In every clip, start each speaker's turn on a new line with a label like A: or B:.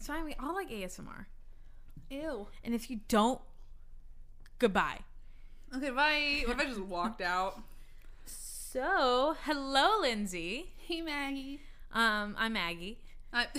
A: So I mean, I like ASMR.
B: Ew.
A: And if you don't, goodbye.
B: Okay, bye. What if I just walked out?
A: So, hello, Lindsay.
B: Hey, Maggie.
A: Um, I'm Maggie.
B: I-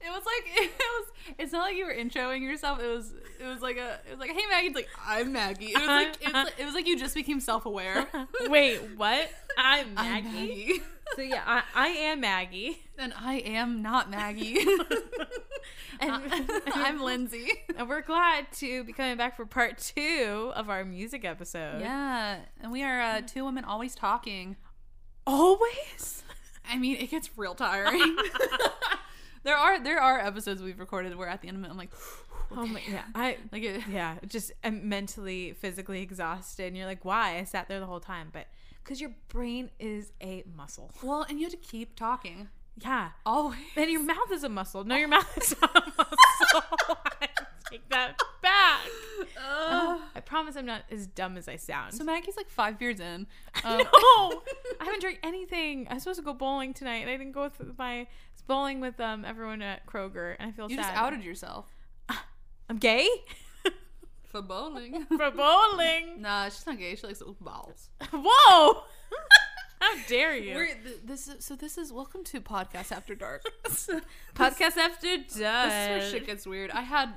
B: it was like it was. It's not like you were introing yourself. It was. It was like a. It was like, hey Maggie. It's like Uh-huh. I'm Maggie. It was like. It was like, it was like you just became self-aware.
A: Wait, what? I'm
B: I'm
A: Maggie. So yeah, I, I am Maggie.
B: and I am not Maggie.
A: And-
B: I'm Lindsay.
A: And we're glad to be coming back for part two of our music episode.
B: Yeah, and we are uh, two women always talking.
A: Always?
B: I mean, it gets real tiring. there are there are episodes we've recorded where at the end of it I'm like,
A: Oh my yeah. I
B: like it,
A: yeah, just am mentally, physically exhausted. And you're like, why? I sat there the whole time. But because your brain is a muscle.
B: well, and you have to keep talking
A: Yeah.
B: always.
A: And your mouth is a muscle. No,
B: Oh.
A: your mouth is not a muscle. I take that back.
B: Ugh.
A: I promise I'm not as dumb as I sound.
B: Oh. so Maggie's like five beers in. Um,
A: I know. I haven't drank anything. I was supposed to go bowling tonight, and I didn't go with my I was bowling with um everyone at Kroger, and I feel
B: you
A: sad.
B: just outed yourself
A: I'm gay
B: for bowling.
A: for bowling.
B: nah, she's not gay. She likes little balls.
A: Whoa! How dare you?
B: We're, th- this is, so this is welcome to podcast after dark.
A: Podcast after
B: This is where
A: dark.
B: shit gets weird. I had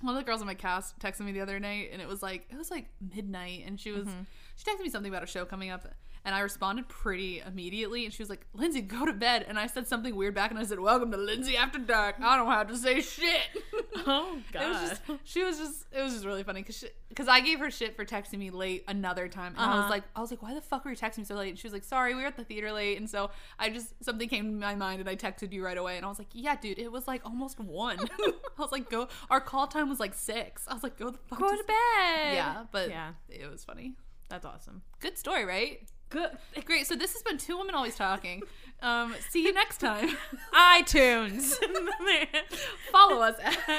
B: one of the girls on my cast texted me the other night, and it was like it was like midnight, and she was she texted me something about a show coming up, and I responded pretty immediately, and she was like, "Lindsay, go to bed," and I said something weird back, and I said, "Welcome to Lindsay After Dark." I don't have to say shit.
A: Oh god.
B: It was just, she was just, it was just really funny because because I gave her shit for texting me late another time, and I
A: Uh-huh.
B: was like, I was like, why the fuck were you texting me so late? And she was like, sorry, we were at the theater late, and so I just something came to my mind, and I texted you right away, and I was like, yeah, dude, it was like almost one. I was like, go, our call time was like six. I was like, go the fuck.
A: go
B: to
A: to
B: s-
A: bed.
B: Yeah, but
A: yeah,
B: it was funny.
A: that's awesome.
B: Good story, right?
A: Good.
B: Great. So this has been two women always talking. Um, see you next time.
A: iTunes.
B: Follow us at.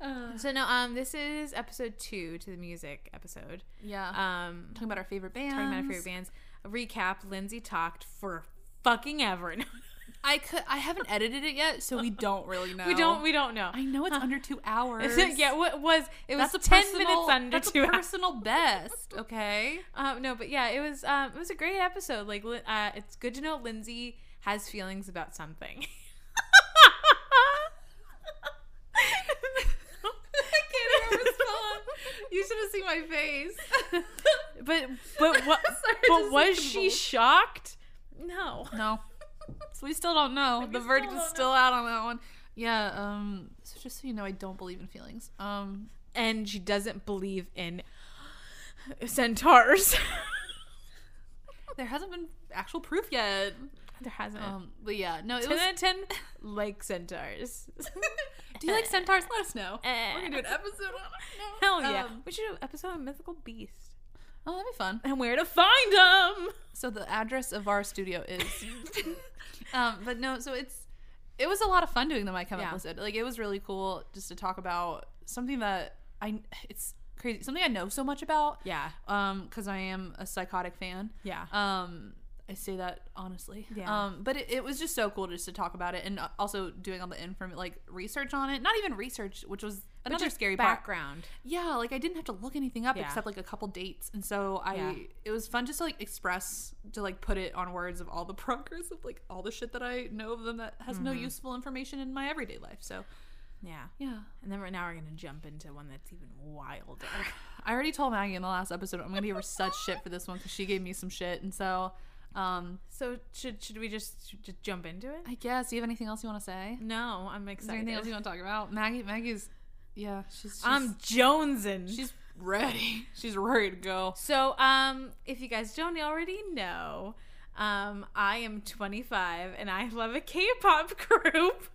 B: Uh,
A: so no, um, this is episode two to the music episode.
B: yeah.
A: Um,
B: talking about our favorite bands.
A: talking about our favorite bands. A recap: Lindsay talked for fucking ever.
B: I could. I haven't edited it yet, so we don't really know.
A: we don't. We don't know.
B: I know it's under two hours.
A: yeah, what was it was
B: that's a
A: ten
B: personal-
A: minutes under
B: that's
A: two
B: a
A: hours.
B: personal best. Okay.
A: Um, no, but yeah, it was um, it was a great episode. Like, Lin- uh, it's good to know Lindsay has feelings about something.
B: I can't even respond. You should have seen my face.
A: But but what?
B: Sorry,
A: but
B: just
A: was
B: like-
A: she shocked? No.
B: No. So we still don't know.
A: We
B: The
A: still
B: verdict
A: don't
B: is still out on that one. Yeah. Um. So just so you know, I don't believe in feelings. Um.
A: And she doesn't believe in centaurs.
B: There hasn't been actual proof yet.
A: there hasn't.
B: Um. But yeah. No. It
A: ten
B: was.
A: out of ten like centaurs.
B: Do you like centaurs? Let us know.
A: Eh.
B: We're gonna do an episode on it. No.
A: Hell yeah!
B: Um,
A: we should do an episode on mythical beast
B: oh, that'd be fun.
A: and where to find them.
B: So the address of our studio is. um, but no, so it's it was a lot of fun doing the My Chem
A: Yeah.
B: episode. Like it was really cool just to talk about something that I it's crazy something I know so much about.
A: Yeah,
B: Um, because I am a psychotic fan.
A: yeah,
B: Um, I say that honestly.
A: Yeah.
B: Um, but it, it was just so cool just to talk about it and uh, also doing all the inform like research on it. Not even research, which was another scary part.
A: background.
B: Yeah, like I didn't have to look anything up
A: Yeah.
B: except like a couple dates, and so I
A: Yeah.
B: it was fun just to like express to like put it on words of all the progress of like all the shit that I know of them that has no useful information in my everyday life. So
A: Yeah,
B: yeah,
A: and then right now we're gonna jump into one that's even wilder.
B: I already told Maggie in the last episode I'm gonna give her such shit for this one because she gave me some shit, and so um
A: So should should we just should just jump into it?
B: I guess do you have anything else you want to say?
A: No, I'm
B: Is there anything else you
A: excited.
B: want to talk about? Maggie, Maggie's yeah, she's, she's
A: I'm jonesing.
B: she's ready, she's ready to go.
A: So, um, if you guys don't already know, um, I am 25 and I love a K-pop group.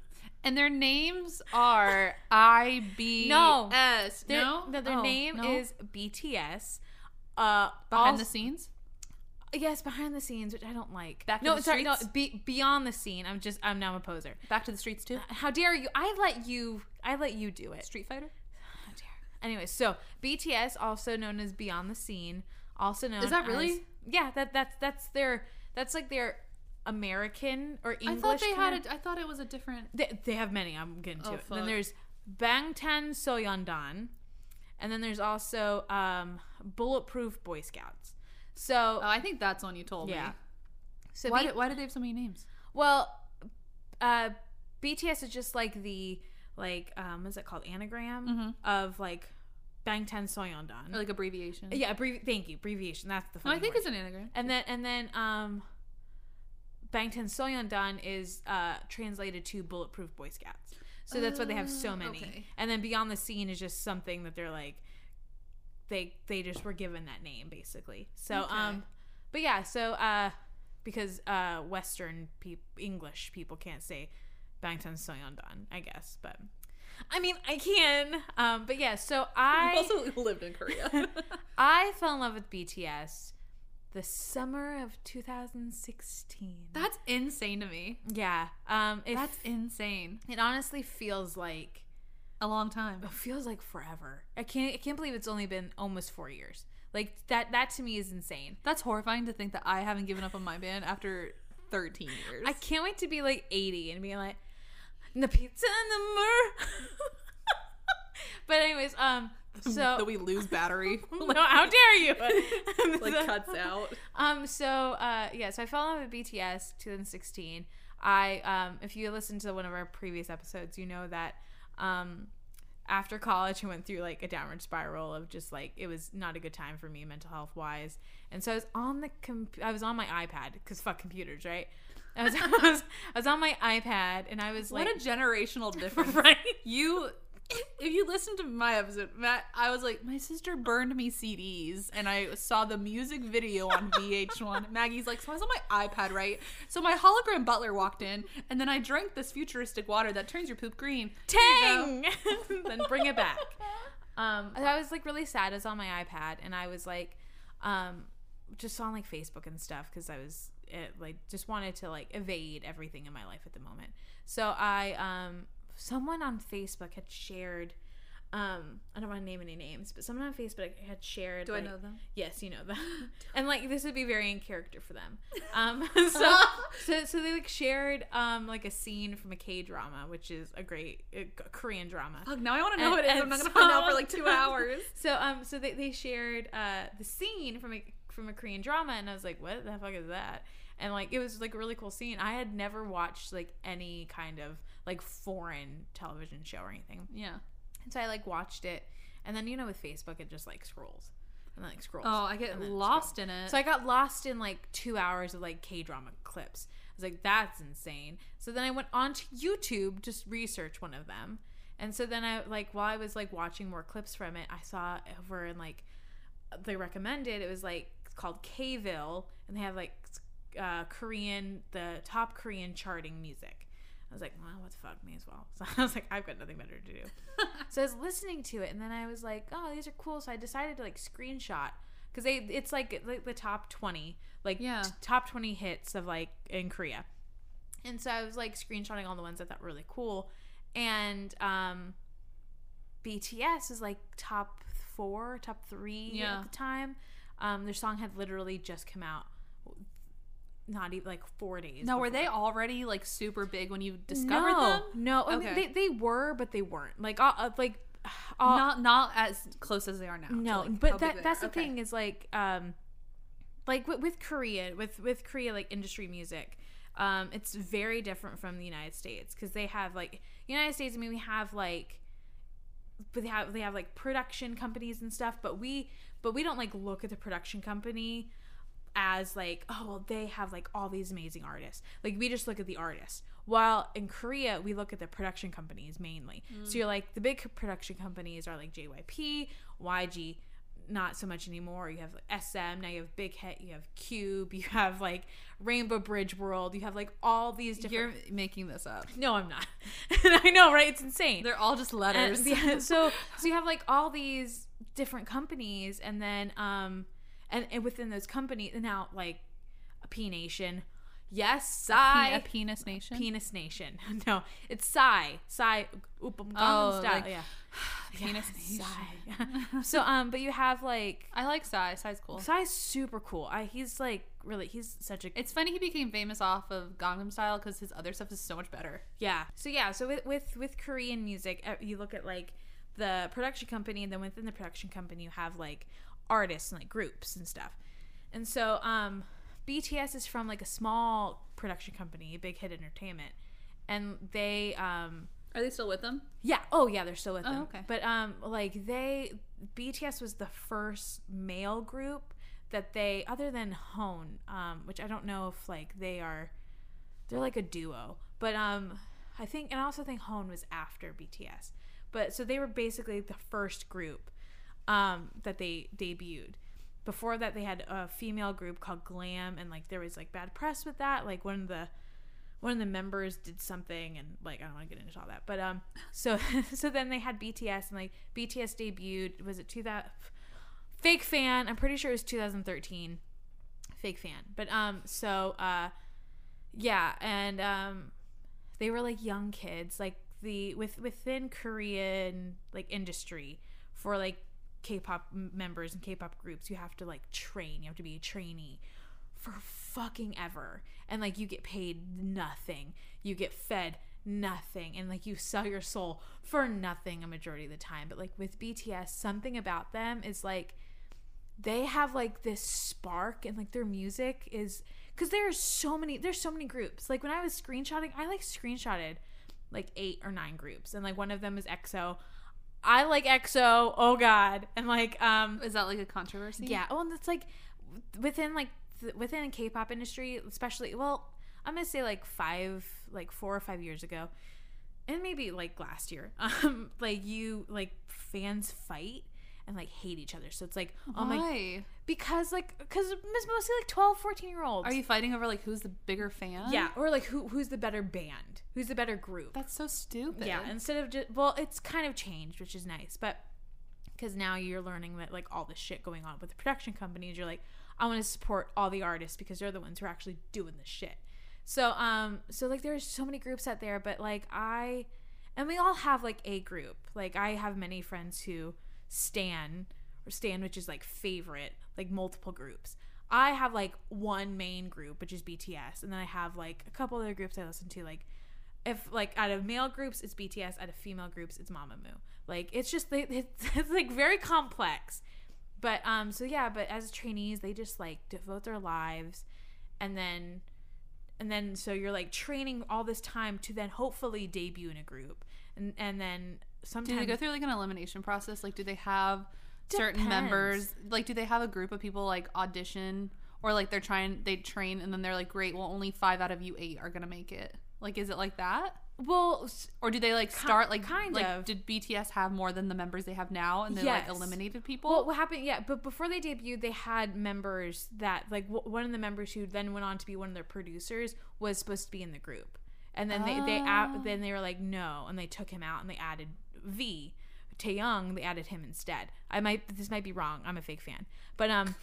B: And their names are I B
A: No.
B: S.
A: Their,
B: no,
A: no, their
B: Oh,
A: name
B: no?
A: is BTS. Uh,
B: behind
A: also-
B: the scenes.
A: Yes, behind the scenes, which I don't like.
B: Back to
A: no,
B: the
A: sorry, no,
B: streets?
A: be, beyond the scene. I'm just, I'm now a poser.
B: Back to the streets too.
A: How dare you? I let you, I let you do it.
B: Uh, Street Fighter.
A: How dare. Anyway, so BTS, also known as Beyond the Scene, also known
B: Is that really?
A: as- yeah, that that's that's their that's like their American or English.
B: I thought they
A: kinda-
B: had. A, I thought it was a different.
A: They, they have many. I'm getting to
B: Oh,
A: it. Then
B: fuck.
A: there's Bangtan Soyeondan, and then there's also um, Bulletproof Boy Scouts. So
B: Oh, I think that's one you told
A: yeah.
B: me.
A: So
B: why,
A: the-
B: did, why do they have so many names?
A: well, uh, BTS is just like the like um, what is it called anagram
B: Mm-hmm.
A: of like Bangtan Soyeondan.
B: Or like abbreviation.
A: yeah, abbrevi- thank you, abbreviation. That's the.
B: No, I
A: fucking
B: think
A: word.
B: it's an anagram.
A: And then and then um Bangtan Soyeondan is uh translated to Bulletproof Boy Scouts. So that's why they have so
B: Oh,
A: many.
B: okay.
A: And then Beyond the Scene is just something that they're like they they just were given that name basically. So
B: Okay.
A: um but yeah, so uh because uh western peop English people can't say Bangtan Soyeondan, I guess, but I mean, I can. Um but yeah, so I
B: lived in Korea.
A: I fell in love with BTS the summer of 2016.
B: that's insane to me.
A: yeah. Um, it,
B: That's insane.
A: it honestly feels like
B: A long time.
A: it feels like forever. I can't I can't believe it's only been almost four years. Like that that to me is insane.
B: That's horrifying to think that I haven't given up on my band after 13 years.
A: I can't wait to be like 80 and be like the pizza and the mur. but anyways, um,
B: that
A: so.
B: we lose battery.
A: No, how dare you!
B: like cuts out.
A: Um. So, uh, yeah. So I fell in love with BTS 2016. I, um, if you listened to one of our previous episodes, you know that, um, after college, I went through like a downward spiral of just like it was not a good time for me mental health wise, and so I was on the com- I was on my iPad because fuck computers, right? I was, I was I was on my iPad and I was like,
B: what a generational difference.
A: right?
B: You, if you listen to my episode, Matt, I was like, my sister burned me CDs, and I saw the music video on VH1. Maggie's like, so I was on my iPad, right? So my hologram butler walked in, and then I drank this futuristic water that turns your poop green. Here you go.
A: Tang, then bring it back. Um, I was like really sad. I was on my iPad and I was like, um, just on like Facebook and stuff because I was it, like just wanted to like evade everything in my life at the moment. So I, um, someone on Facebook had shared, um, I don't want to name any names, but someone on Facebook had shared.
B: Do I
A: like-
B: know them?
A: Yes, you know them. and like this would be very in character for them. Um, so so so they like shared um like a scene from a K drama, which is a great a Korean drama.
B: Fuck, now I want to know
A: And-
B: what it is.
A: and
B: I'm not gonna
A: so-
B: find out for like two hours.
A: So um so they, they shared uh the scene from a from a Korean drama and I was like, What the fuck is that? And like it was like a really cool scene. I had never watched like any kind of like foreign television show or anything.
B: Yeah.
A: And so I like watched it and then you know with Facebook it just like scrolls. And then like scrolls.
B: Oh, I get
A: And then
B: lost in it.
A: So I got lost in like two hours of like K drama clips. I was like, that's insane. So then I went on to YouTube to s- research one of them. And so then I like while I was like watching more clips from it, I saw over in like uh, they recommended it was like it's called Kville and they have like s- uh, Korean the top Korean charting music. I was like, well, what the fuck, me as well. So I was like, I've got nothing better to do. So I was listening to it, and then I was like, "Oh, these are cool." So I decided to like screenshot because they it's like, like the top twenty, like
B: Yeah.
A: t- top twenty hits of like in Korea. And so I was like screenshotting all the ones I thought were really cool, and um, BTS is like top four, top three
B: Yeah.
A: at the time. Um, their song had literally just come out, not
B: e,
A: even like four days.
B: now, were
A: before.
B: they already like super big when you discovered
A: no,
B: them?
A: No, I mean,
B: Okay.
A: they, they were, but they weren't. Like, uh, uh, like uh,
B: not not as close as they are now. to,
A: no
B: like, how big
A: but
B: they
A: that,
B: are.
A: that's the
B: Okay.
A: thing is like um like with, with korea with with korea like industry music um it's very different from the united states because they have like united states i mean we have like but they have they have like production companies and stuff but we but we don't like look at the production company as like oh well they have like all these amazing artists like we just look at the artist while in korea we look at the production companies mainly so you're like the big production companies are like jyp yg not so much anymore you have like, sm now you have big hit you have cube you have like rainbow bridge world you have like all these different
B: You're making this up.
A: no i'm not i know right it's insane
B: They're all just
A: and-
B: letters.
A: yeah, so so you have like all these different companies and then um and, and within those companies and now like a p nation Yes, Psy.
B: a penis nation.
A: Penis Nation. No, it's Psy. Psy. Oop,
B: Oh,
A: oh, style.
B: like-
A: yeah.
B: penis
A: Psy.
B: nation.
A: so um, but you have like
B: I like Psy. Psy's cool.
A: Psy's super cool. I he's like really he's such a
B: It's funny he became famous off of Gangnam Style because his other stuff is so much better.
A: yeah. So yeah, so with with with Korean music, uh, you look at like the production company, and then within the production company, you have like artists and like groups and stuff. And so um, BTS is from like a small production company, Big Hit Entertainment, and they um.
B: Are they still with them?
A: Yeah. Oh, yeah. They're still with
B: Oh,
A: them.
B: okay.
A: But um, like they, BTS was the first male group that they, other than Hone, um, which I don't know if like they are, they're like a duo. But um, I think, and I also think Hone was after BTS. But so they were basically the first group um, that they debuted. Before that, they had a female group called Glam, and like there was like bad press with that. Like one of the one of the members did something and like I don't want to get into all that. But um so so then they had BTS and like BTS debuted was it 2000 Fake Fan, I'm pretty sure it was 2013. Fake Fan. But um so uh yeah, and um they were like young kids like the with within Korean like industry for like K-pop m- members and K-pop groups, you have to like train. You have to be a trainee for fucking ever. And like you get paid nothing. You get fed nothing and like you sell your soul for nothing a majority of the time. But like with BTS, something about them is like they have like this spark and like their music is cuz there are so many there's so many groups. Like when I was screenshotting, I like screenshotted like 8 or 9 groups and like one of them is EXO. I like EXO. Oh god. And like um
B: Is that like a controversy?
A: yeah. Oh, and it's like within like th- within the K-pop industry, especially. Well, I'm gonna say like five, like four or five years ago, and maybe like last year. Um, like you like fans fight and like hate each other. So it's like, oh my,
B: Why?
A: because like because it's mostly like 12, 14 year olds.
B: Are you fighting over like who's the bigger fan?
A: Yeah, or like who who's the better band? Who's the better group?
B: That's so stupid.
A: Yeah, instead of just well, it's kind of changed, which is nice, but because now you're learning that like all this shit going on with the production companies, you're like, I want to support all the artists because they're the ones who are actually doing the shit. So um, so like there's so many groups out there, but like I, and we all have like a group. Like I have many friends who stan or stan, which is like favorite, like multiple groups. I have like one main group, which is BTS, and then I have like a couple other groups I listen to, like if like out of male groups it's BTS, out of female groups it's Mamamoo. Like it's just they, it's, it's like very complex. But um so yeah, but as trainees they just like devote their lives and then and then so you're like training all this time to then hopefully debut in a group. And and then
B: Do
A: sometimes
B: they go through like an elimination process? Like, do they have certain
A: Depends.
B: members? Like, do they have a group of people like audition or like they're trying, they train and then they're like, great, well, only five out of you eight are going to make it? Like, is it like that?
A: well s-
B: Or do they like start like
A: kind
B: like,
A: of.
B: Did BTS have more than the members they have now and they like
A: Yes.
B: eliminated people?
A: well, what happened? Yeah, but before they debuted, they had members that like w- one of the members who then went on to be one of their producers was supposed to be in the group, and then they they
B: Ah.
A: a- then they were like no, and they took him out and they added V, Taeyong. They added him instead. I might this might be wrong. I'm a fake fan, but um,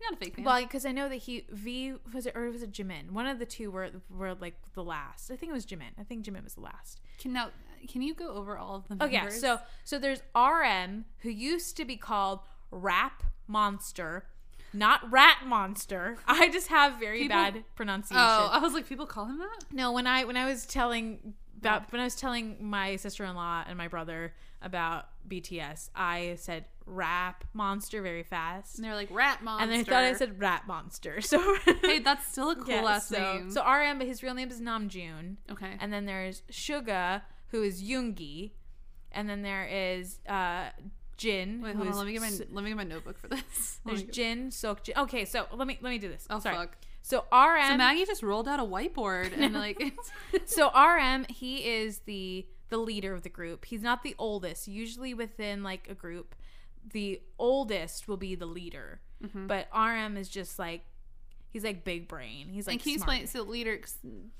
B: You're not a fake fan.
A: well, because I know that he V was it or was it Jimin? One of the two were were like the last. I think it was Jimin. I think Jimin was the last.
B: can now can you go over all of the
A: Oh
B: members?
A: yeah. So so there's RM who used to be called Rap Monster, not Rat Monster. I just have very
B: People-
A: bad pronunciation.
B: oh, I was like, people call him that.
A: No, when I when I was telling about when I was telling my sister-in-law and my brother about BTS, I said Rap Monster very fast.
B: And they're like rat monster.
A: And they thought I said rat monster. So
B: hey, that's still a cool
A: Yeah,
B: last
A: so,
B: name.
A: So RM, but his real name is Namjoon.
B: okay,
A: And then there's Suga, who is Yoongi. And then there is uh, Jin.
B: wait,
A: who
B: hold on. Let
A: is
B: me get my
A: S-
B: let me get my notebook for this. Let
A: There's
B: me get-
A: Jin, Seokjin. Okay, so let me let me do this.
B: Oh
A: Sorry.
B: fuck!
A: So
B: So
A: RM.
B: Maggie just rolled out a whiteboard and like, it's-
A: so RM, he is the the leader of the group. He's not the oldest. Usually within like a group, the oldest will be the leader.
B: Mm-hmm.
A: But RM is just like he's like big brain. He's like
B: and can you
A: smart.
B: explain? So leader, 'cause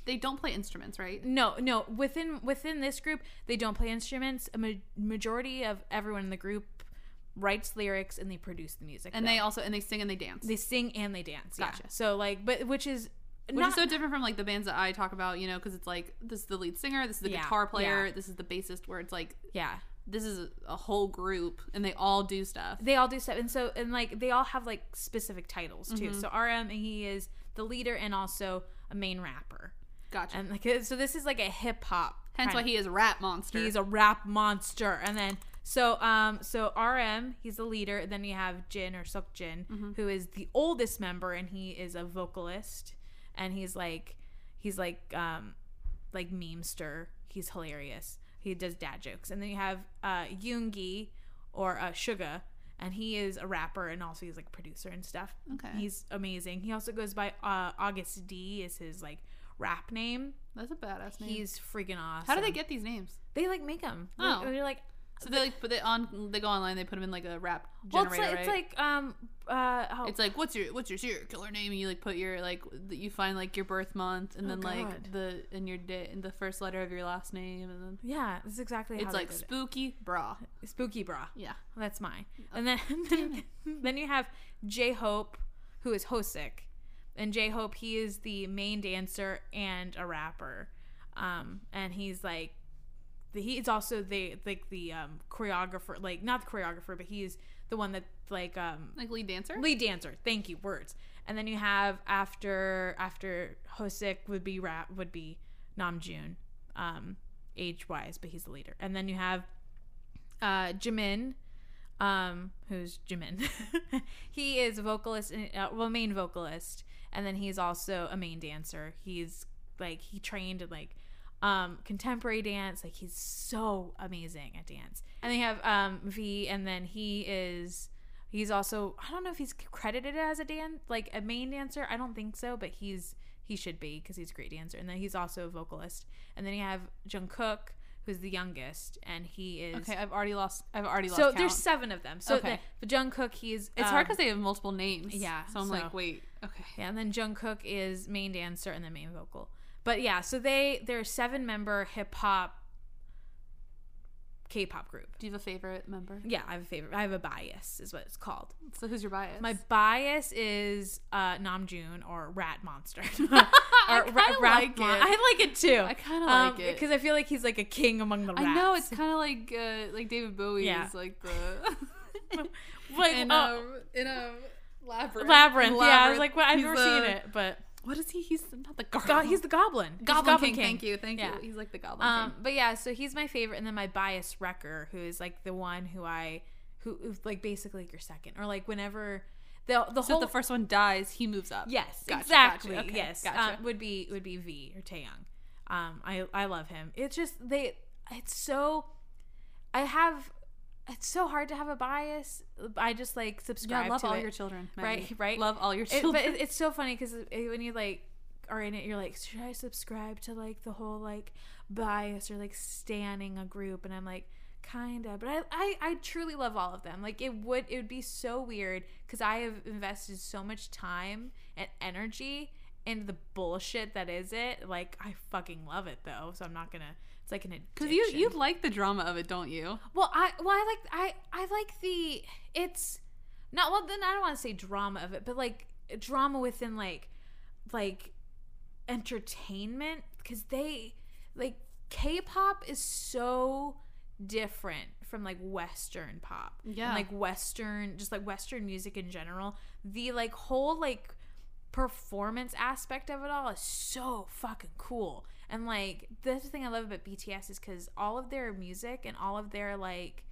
B: they don't play instruments, right?
A: No, no. Within within this group, they don't play instruments. A ma- majority of everyone in the group writes lyrics and they produce the music.
B: And
A: though.
B: they also and they sing and they dance.
A: they sing and they dance. yeah.
B: Gotcha.
A: So like, but which is
B: Which is so different from like the bands that I talk about, you know, because it's like this is the lead singer, this is the
A: Yeah,
B: guitar player,
A: yeah.
B: this is the bassist. Where it's like
A: yeah.
B: this is a, a whole group and they all do stuff.
A: They all do stuff, and so and like they all have like specific titles too.
B: Mm-hmm.
A: So RM he is the leader and also a main rapper,
B: Gotcha.
A: and like so this is like a hip hop.
B: Hence why he is a rap monster.
A: he's a rap monster, and then so um so RM he's the leader. Then you have Jin or Suk Jin
B: Mm-hmm.
A: who is the oldest member, and he is a vocalist, and he's like he's like um like memester. He's hilarious. He does dad jokes. And then you have uh, Yoongi or uh, Suga, and he is a rapper and also he's like a producer and stuff.
B: Okay.
A: He's amazing. He also goes by uh, August D is his like rap name.
B: That's a badass name.
A: He's freaking awesome.
B: How do they get these names?
A: They like make him.
B: Oh.
A: They, are like
B: So they like put it on. They go online. They put them in like a rap
A: well,
B: generator. right?
A: it's like, it's like um uh oh,
B: It's like, what's your what's your serial killer name? And you like put your like th- you find like your birth month and
A: Oh,
B: then
A: God.
B: like the and your day and the first letter of your last name and then
A: yeah. That's exactly how
B: it's
A: they
B: like
A: did it.
B: spooky bra.
A: spooky bra.
B: Yeah.
A: That's mine. And then then, you have J Hope, who is Hosick. And J Hope, he is the main dancer and a rapper. Um, and he's like the, he is also the like the um, choreographer, like not the choreographer, but he's the one that like um,
B: Like lead dancer.
A: lead dancer. Thank you, words. And then you have after after Hosick would be rap would be Namjoon, um, age wise, but he's the leader. And then you have uh, Jimin, um, who's Jimin. he is a vocalist, and, uh, well, main vocalist, and then he's also a main dancer. He's like he trained in like um, contemporary dance. Like he's so amazing at dance. And they have um, V, and then he is. He's also I don't know if he's credited as a dan like a main dancer. I don't think so, but he's he should be because he's a great dancer. And then he's also a vocalist. And then you have Jungkook, who's the youngest, and he is
B: okay, I've already lost. I've already lost.
A: so
B: count.
A: there's seven of them. So
B: Okay.
A: the, the Jungkook, he's
B: It's
A: um,
B: hard because they have multiple names.
A: yeah,
B: So I'm
A: so-
B: like, wait, okay.
A: yeah, and then Jungkook is main dancer and the main vocal. But yeah, so they they're a seven member hip hop K-pop group.
B: Do you have a favorite member?
A: Yeah, I have a favorite. I have a bias, is what it's called.
B: So who's your bias?
A: My bias is uh, Namjoon or Rat Monster. or
B: I
A: Ra-
B: kinda
A: Rat
B: like
A: Mon-
B: it.
A: I like it too.
B: I kind of like it
A: because I feel like he's like a king among the rats.
B: I know it's kind of like uh, like David Bowie's
A: Yeah.
B: like the
A: like
B: in
A: uh,
B: um in a labyrinth.
A: labyrinth. Yeah, I
B: Labyrinth.
A: was like, well, I've
B: He's
A: never
B: the-
A: seen it, but
B: What is he? He's not the
A: Go-
B: goblin.
A: he's the goblin. He's the
B: goblin, king, Thank you, thank
A: Yeah.
B: you. He's like the goblin
A: Um, but yeah, so he's my favorite, and then my bias wrecker, who is like the one who I, who who's like basically like your second, or like whenever the the
B: king. So
A: whole
B: if the first one dies, he moves up.
A: yes
B: Gotcha,
A: exactly
B: gotcha, okay,
A: yes
B: gotcha.
A: um, would be would be V or Taeyang. Um, I I love him. It's just they. It's so. I have. It's so hard to have a bias. I just like
B: yeah,
A: subscribe
B: love
A: to
B: all
A: it.
B: your children.
A: Right,
B: Maggie.
A: right.
B: Love all your
A: It,
B: children.
A: but it, it's so funny because when you like are in it, you're like, should I subscribe to like the whole like bias or like standing a group? And I'm like, kinda. But I, I, I truly love all of them. Like it would, it would be so weird because I have invested so much time and energy into the bullshit that is it. Like I fucking love it though, so I'm not gonna. It's like an addiction.
B: because you you like the drama of it, don't you?
A: Well, I well I like I I like the it's not well then I don't want to say drama of it, but like drama within like like entertainment because they like K-pop is so different from like western pop and,
B: Yeah.
A: like western just like western music in general the like whole like performance aspect of it all is so fucking cool. And like that's the thing I love about BTS is because all of their music and all of their like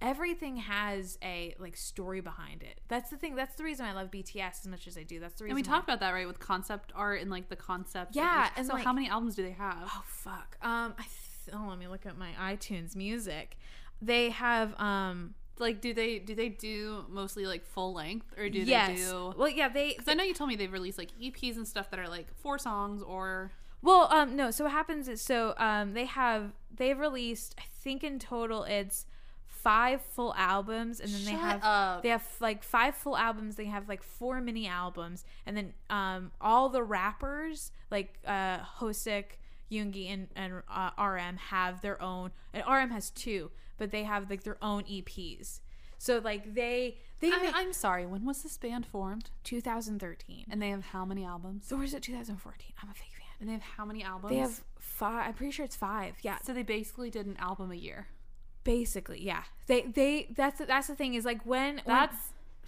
A: everything has a like story behind it. That's the thing. That's the reason I love BTS as much as I do. That's the reason.
B: And we
A: why-
B: talked about that right with concept art and like the concept. of
A: Yeah,
B: each-
A: and,
B: so
A: like-
B: how many albums do they have?
A: Oh fuck. Um, I th- oh let me look at my iTunes music. They have um
B: Like, do they do they do mostly like full length or do
A: yes.
B: they do?
A: Well, yeah, they
B: Because I know you told me they've released like EPs and stuff that are like four songs or
A: Well, um, no. So what happens is, so um, they have they've released, I think in total it's five full albums, and then they
B: Shut
A: have
B: up.
A: they have like five full albums. They have like four mini albums, and then um, all the rappers like uh, Hosek, Yoongi, and and uh, RM have their own, and RM has two, but they have like their own EPs. So like they they
B: I,
A: make-
B: I'm sorry. When was this band formed?
A: 2013
B: And they have how many albums?
A: or is it 2014? I'm a fake fan.
B: And they have how many albums?
A: They have five. I'm pretty sure it's five. Yeah,
B: So they basically did an album a year.
A: basically, yeah. They they that's the, that's the thing is like when when-
B: That's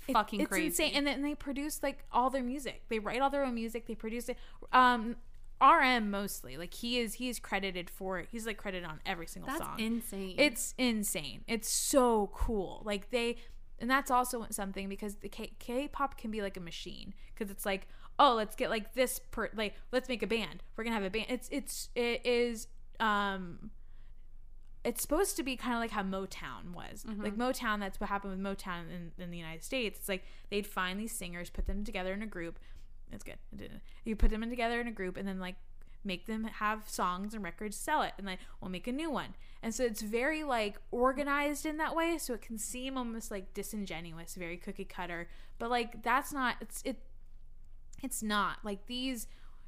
A: it-
B: fucking
A: it's
B: crazy.
A: insane. And then they produce like all their music. They write all their own music. They produce it. Um, RM mostly. Like he is he is credited for it. He's like credited on every single
B: That's
A: song.
B: insane.
A: It's insane. It's so cool. Like they, and that's also something because the K- K-pop can be like a machine because it's like, oh, let's get like this per like let's make a band. We're gonna have a band. It's it's it is um. It's supposed to be kind of like how Motown was. Like Motown, that's what happened with Motown in, in the United States. It's like they'd find these singers, put them together in a group. It's good. I did it. You put them in together in a group, and then like make them have songs and records sell it and then we'll make a new one and so it's very like organized in that way so it can seem almost like disingenuous very cookie cutter but like that's not it's it it's not like these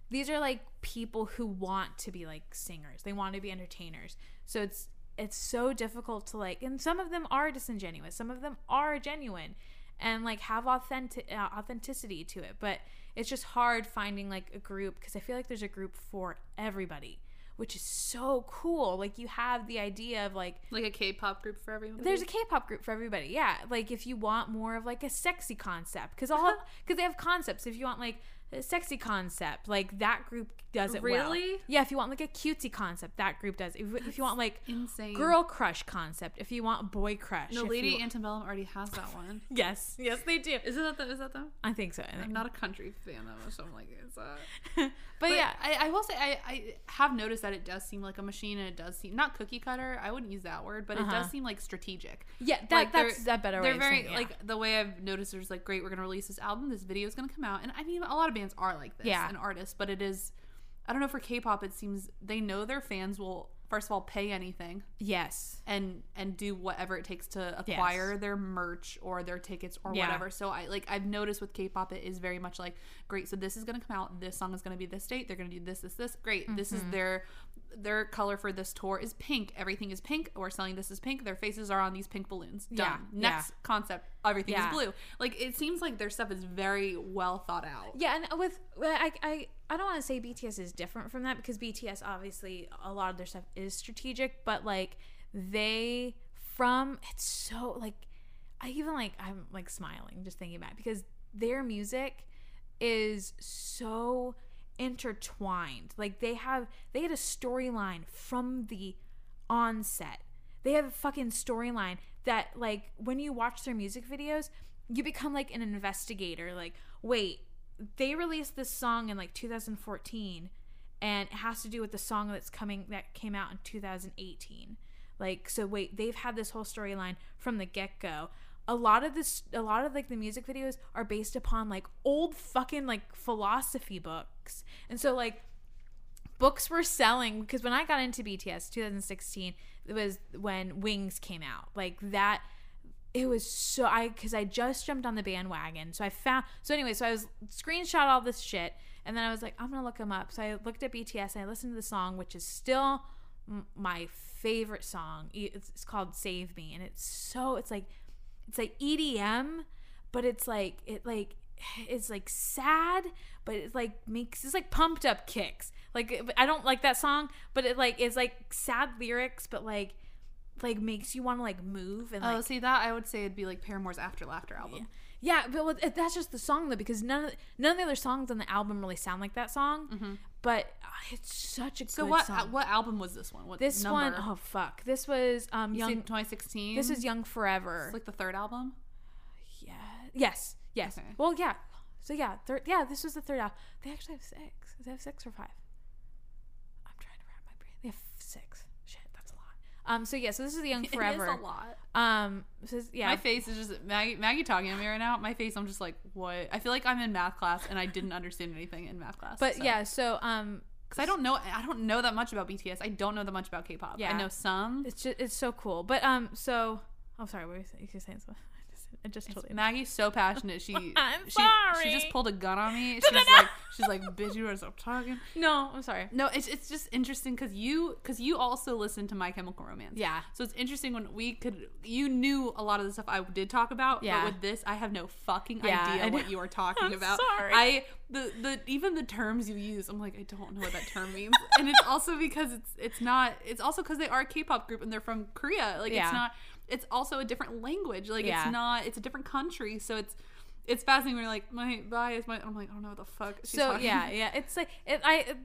A: these are like people who want to be like singers they want to be entertainers so it's it's so difficult to like and some of them are disingenuous some of them are genuine and like have authentic uh, authenticity to it but it's just hard finding like a group because i feel like there's a group for everybody which is so cool like you have the idea of like
B: like a K-pop group for everyone.
A: there's a K-pop group for everybody. Yeah, like if you want more of like a sexy concept, because all
B: Uh-huh.
A: because they have concepts. If you want like a sexy concept, like that group does it well.
B: Really?
A: Yeah. If you want like a cutesy concept, that group does. it. If, if you want like
B: insane.
A: girl crush concept, if you want boy crush,
B: No,
A: if
B: Lady
A: you-
B: Antebellum already has that one.
A: yes, yes, they do.
B: Is that the, is that them?
A: I think so. I think.
B: I'm not a country fan that much. so I'm like, is that?
A: but,
B: But
A: yeah,
B: yeah, I, I will say I, I have noticed that it does seem like a machine, and it does seem not cookie cutter. I wouldn't use that word, but it
A: Uh-huh.
B: does seem like strategic.
A: yeah, that,
B: Like, they're-
A: that's that better. way
B: They're
A: of
B: very
A: saying it, yeah.
B: like the way I've noticed. There's like, great, we're gonna release this album. This video is gonna come out, and I mean, a lot of bands are like this,
A: Yeah.
B: and artists. But it is, I don't know. For K-pop, it seems they know their fans will first of all pay anything
A: yes,
B: and and do whatever it takes to acquire their merch or their tickets or
A: Yeah.
B: whatever. So I like I've noticed with K-pop it is very much like great. So this is gonna come out. This song is gonna be this date. They're gonna do this, this, this. Great. This
A: Mm-hmm.
B: is their their color for this tour is pink. Everything is pink. We're selling this is pink. Their faces are on these pink balloons. Done.
A: Yeah.
B: Next concept. Everything
A: Yeah.
B: is blue. Like it seems like their stuff is very well thought out.
A: Yeah, and with well, I I, I don't want to say BTS is different from that because BTS obviously a lot of their stuff is strategic, but like they from it's so like I even like I'm like smiling just thinking about it because their music is so intertwined. Like they have they had a storyline from the onset. They have a fucking storyline that like when you watch their music videos, you become like an investigator. Like, wait, they released this song in like 2014 and it has to do with the song that's coming that came out in 2018. Like, so wait, they've had this whole storyline from the get-go. A lot of this a lot of like the music videos are based upon like old fucking like philosophy books. And so like books were selling because when I got into BTS 2016 it was when Wings came out like that it was so I because I just jumped on the bandwagon so I found so anyway so I was screenshot all this shit and then I was like I'm gonna look them up so I looked at BTS and I listened to the song which is still m- my favorite song E, it's, it's called Save Me and it's so it's like it's like EDM, but it's like it like it's like sad, but it like makes it's like pumped up kicks. Like I don't like that song, but it like is like sad lyrics, but like like makes you want to like move and
B: Oh,
A: like
B: see that I would say it'd be like Paramore's After Laughter album.
A: yeah, but with- it- that's just the song though, because none of the, none of the other songs on the album really sound like that song. But uh, it's such a
B: Mm-hmm. So
A: good
B: what
A: song.
B: what album was this one? What
A: this
B: number?
A: one, oh fuck, this was um
B: You said
A: young.
B: 2016.
A: This was Young Forever.
B: It's like the third album.
A: Yeah. Yes. Yes.
B: Okay.
A: Well, yeah. So yeah, third. Yeah, this was the third album. They actually have six. They have six or five. I'm trying to wrap my brain. They have six. Shit, that's a lot. Um. So yeah. So this is the Young Forever.
B: It is a lot.
A: Um. So this- yeah.
B: My face is just Maggie, Maggie talking to me right now. My face, I'm just like, what? I feel like I'm in math class and I didn't understand anything in math class.
A: but yeah. So um.
B: because I don't know, I don't know that much about BTS. I don't know that much about K-pop.
A: Yeah.
B: I know some.
A: oh, It's just it's so cool. But um. So I'm sorry. What were you saying? You were saying something. I just- I just told you.
B: Maggie's so passionate. She
A: I'm
B: she,
A: sorry.
B: she just pulled a gun on me. She's like she's like bitch. You are stop talking.
A: No, I'm sorry.
B: No, it's it's just interesting because you because you also listen to My Chemical Romance.
A: Yeah.
B: So it's interesting when we could you knew a lot of the stuff I did talk about.
A: Yeah.
B: But with this, I have no fucking
A: Yeah, I
B: idea
A: know.
B: what you are talking
A: I'm
B: about.
A: sorry.
B: I the the even the terms you use, I'm like I don't know what that term means. and it's also because it's it's not. It's also because they are a K-pop group and they're from Korea. Like
A: Yeah.
B: it's not. It's also a different language. Like
A: Yeah.
B: it's not. It's a different country. So it's. It's fascinating when you're like, my bias, my. I'm like, I don't know what the fuck. She's
A: so
B: talking
A: yeah, yeah. It's like it, I. It,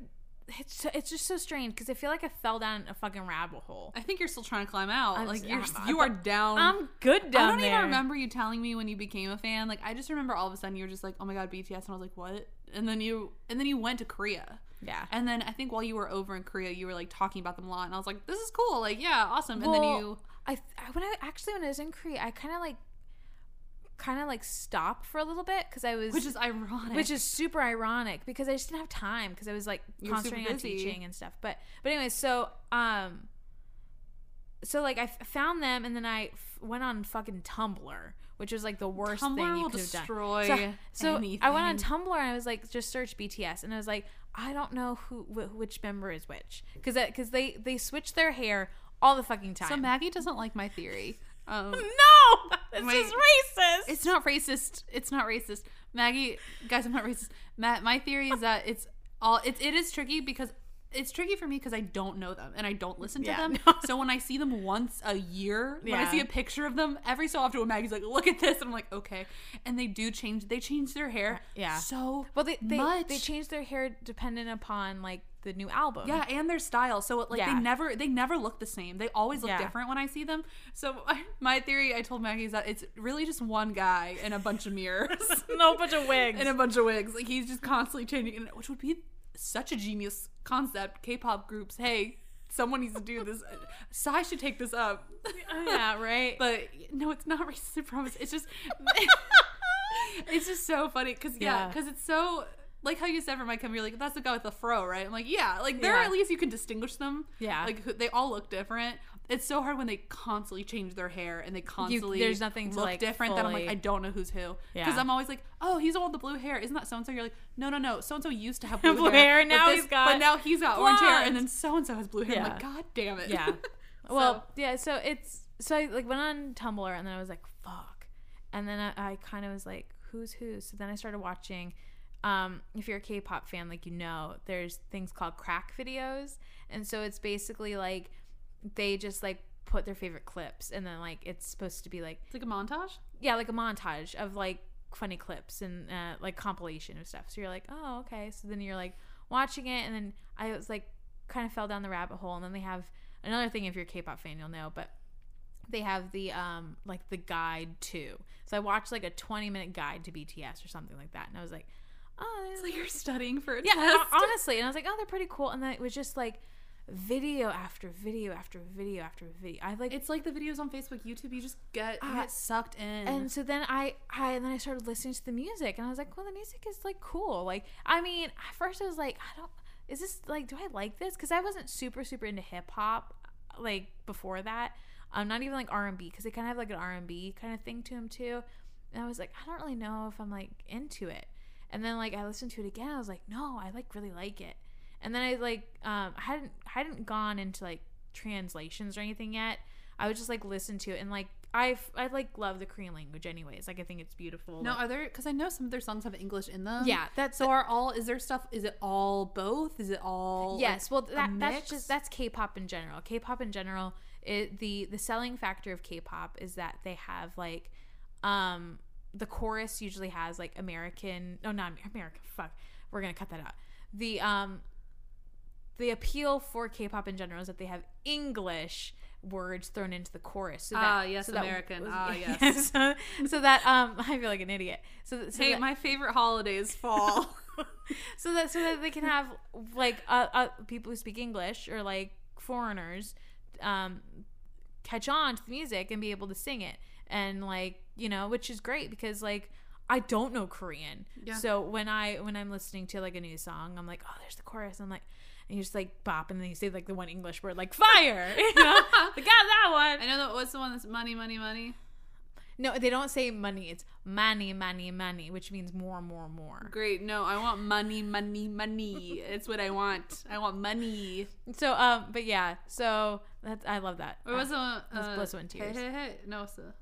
A: it's so- it's just so strange because I feel like I fell down a fucking rabbit hole.
B: I think you're still trying to climb out.
A: I'm
B: like
A: s-
B: you're,
A: I'm-
B: you are down.
A: I'm good
B: I
A: down
B: don't
A: there.
B: even remember you telling me when you became a fan. Like I just remember all of a sudden you were just like, "Oh my god, BTS," and I was like, "What?" And then you and then you went to Korea.
A: Yeah.
B: And then I think while you were over in Korea, you were like talking about them a lot, and I was like, "This is cool. Like, yeah, awesome." And then
A: Well,
B: you,
A: I, I when I actually when I was in Korea, I kind of like, kind of like stopped for a little bit because I was
B: which is ironic.
A: which is super ironic because I just didn't have time because I was like
B: You were super
A: concentrating on
B: busy.
A: teaching and stuff. But but anyway, so um, so like I f- found them and then I f- went on fucking Tumblr, which was like the worst
B: Tumblr
A: thing you
B: will
A: could have done.
B: destroy.
A: So, so I went on
B: anything.
A: Tumblr and I was like, just search BTS, and I was like, I don't know who wh- which member is which because because they they switch their hair all the fucking time.
B: So Maggie doesn't like my theory. Um,
A: no, this
B: Wait.
A: is racist.
B: It's not racist. It's not racist. Maggie, guys, I'm not racist. Matt, my theory is that it's all it, it is tricky because it's tricky for me because I don't know them and I don't listen to
A: Yeah,
B: them.
A: no.
B: So when I see them once a year, when
A: Yeah.
B: I see a picture of them, every so often when Maggie's like, "Look at this," and I'm like, "Okay." And they do change. They change their hair.
A: Yeah.
B: So
A: well, they they,
B: much.
A: they change their hair dependent upon like the new album.
B: Yeah, and their style. So like
A: Yeah.
B: they never they never look the same. They always look
A: Yeah.
B: different when I see them. So I, my theory I told Maggie is that it's really just one guy and a bunch of mirrors.
A: no bunch of wigs.
B: and a bunch of wigs. Like he's just constantly changing, and which would be such a genius concept. K-pop groups, hey, someone needs to do this. Psy should take this up.
A: yeah, right.
B: But no, it's not racist. I promise. It's just, it's just so funny because yeah,
A: Yeah.
B: because it's so like how you said for my come, you're like that's the guy with the fro, right? I'm like yeah, like there
A: Yeah.
B: at least you can distinguish them.
A: Yeah.
B: like who- they all look different. It's so hard when they constantly change their hair and they constantly
A: there's nothing to,
B: look
A: like,
B: different. That I'm like
A: fully-
B: I don't know who's who because
A: Yeah.
B: I'm always like oh he's the one with the blue hair isn't that so and so? You're like no no no so and so used to have blue,
A: Blue hair,
B: hair
A: now
B: but
A: he's got
B: but now he's got orange hair
A: blonde.
B: and then so and so has blue hair. I'm like
A: Yeah.
B: god damn it
A: yeah. Well, yeah. So it's so I like went on Tumblr and then I was like, fuck. And then I, I kind of was like, who's who? So then I started watching. Um, if you're a K-pop fan, like you know, there's things called crack videos, and so it's basically like they just like put their favorite clips, and then like it's supposed to be like
B: it's like a montage.
A: yeah, like a montage of like funny clips and uh, like compilation of stuff. So you're like, oh, okay. So then you're like watching it, and then I was like, kind of fell down the rabbit hole. And then they have another thing if you're a K-pop fan, you'll know, but they have the um like the guide too. So I watched like a 20 minute guide to BTS or something like that, and I was like, oh,
B: It's like you're studying for a
A: yeah,
B: test.
A: hon- honestly. And I was like, oh, they're pretty cool. And then it was just like video after video after video after video. I like
B: It's like the videos on Facebook, YouTube. You just get you
A: Ah,
B: get sucked in.
A: and so then I, I and then I started listening to the music, and I was like, well, the music is like cool. Like, I mean, at first I was like, I don't, is this like, do I like this? Because I wasn't super super into hip hop, like before that. Um, not even like R and B, because they kind of have like an R and B kind of thing to them too. And I was like, I don't really know if I'm like into it. And then like I listened to it again, I was like, no, I like really like it. And then I like um I hadn't I hadn't gone into like translations or anything yet. I would just like listen to it and like I I like love the Korean language anyways. Like I think it's beautiful.
B: no, um,
A: Like-
B: are there? Because I know some of their songs have English in them.
A: yeah, that's
B: So are all? Is there stuff? Is it all both? Is it all?
A: yes. Well, that, that's
B: mix?
A: just that's K-pop in general. K-pop in general, it, the the selling factor of K-pop is that they have like um the chorus usually has like American no not Amer- American fuck we're gonna cut that out the um the appeal for K-pop in general is that they have English words thrown into the chorus so that
B: Ah, yes,
A: so that-
B: American. Ah, yes.
A: so, so that um I feel like an idiot so, that- so
B: Hey,
A: that,
B: my favorite holiday is fall.
A: so that so that they can have like uh, uh, people who speak English or like foreigners um, catch on to the music and be able to sing it and like you know which is great because like I don't know Korean
B: Yeah.
A: so when I when I'm listening to like a new song I'm like oh there's the chorus I'm like and you just like bop and then you say like the one English word like fire you know? I got that
B: I
A: one
B: know that. What's the one that's money, money, money?
A: No, they don't say money. It's money, money, money, which means more, more, more.
B: Great. No, I want money, money, money. It's what I want. I want money.
A: So, um, but yeah, so that's I love that.
B: Or was it? Uh,
A: Let's- let's win
B: hey,
A: tears.
B: Hey, hey, No, it's a.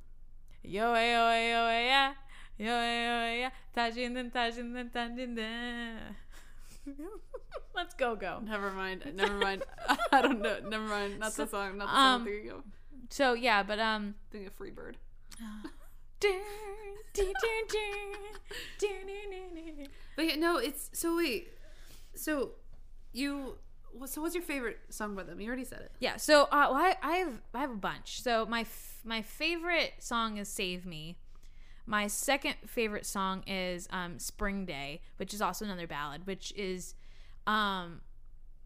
A: Yo, eh, yo, eh, yo, eh, yeah. Yo, eh, yo, eh, yeah. Tajinden, tajinden, tajinden. Let's go, go.
B: Never mind. Never mind. I don't know. Never mind. Not the song. Not the song.
A: um,
B: there you go.
A: So yeah, but um,
B: Think of Free Bird.
A: dun, dun, dun, dun, dun, dun, dun, dun.
B: But yeah, no, it's so wait. So you. wha- So what's your favorite song by them? You already said it.
A: Yeah, so uh, well, I, I have I have a bunch. So my f- my favorite song is "Save Me." My second favorite song is um, "Spring Day," which is also another ballad, which is um,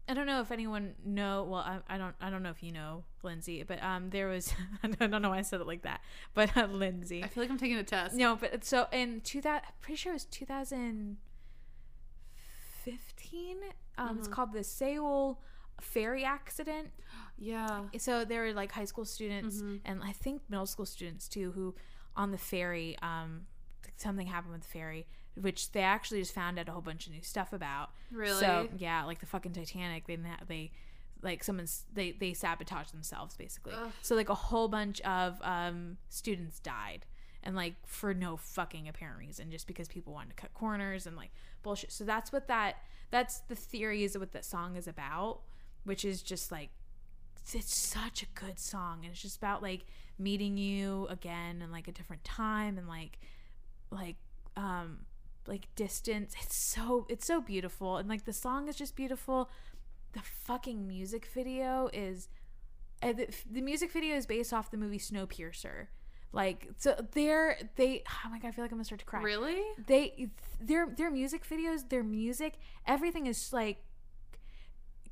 A: I don't know if anyone know. Well, I, I don't I don't know if you know Lindsay, but um, there was I don't know why I said it like that, but uh, Lindsay.
B: I feel like I'm taking a test.
A: No, but it's- so in two thousand, I'm pretty sure it was two thousand fifteen. Um, it's called the Seoul ferry accident.
B: Yeah.
A: So there were like high school students and I think middle school students too who on the ferry, um, something happened with the ferry, which they actually just found out a whole bunch of new stuff about.
B: Really?
A: So yeah, like the fucking Titanic, they they like someone's they they sabotaged themselves basically.
B: Ugh.
A: So like a whole bunch of um students died. And like for no fucking apparent reason, just because people wanted to cut corners and like bullshit. So that's what that that's the theory is what that song is about, which is just like it's- it's such a good song and it's just about like meeting you again and like a different time and like like um like distance it's so it's so beautiful and like the song is just beautiful the fucking music video is uh, the, the music video is based off the movie snowpiercer like so they're they oh my god i feel like i'm gonna start to cry
B: Really?
A: they their their music videos their music everything is like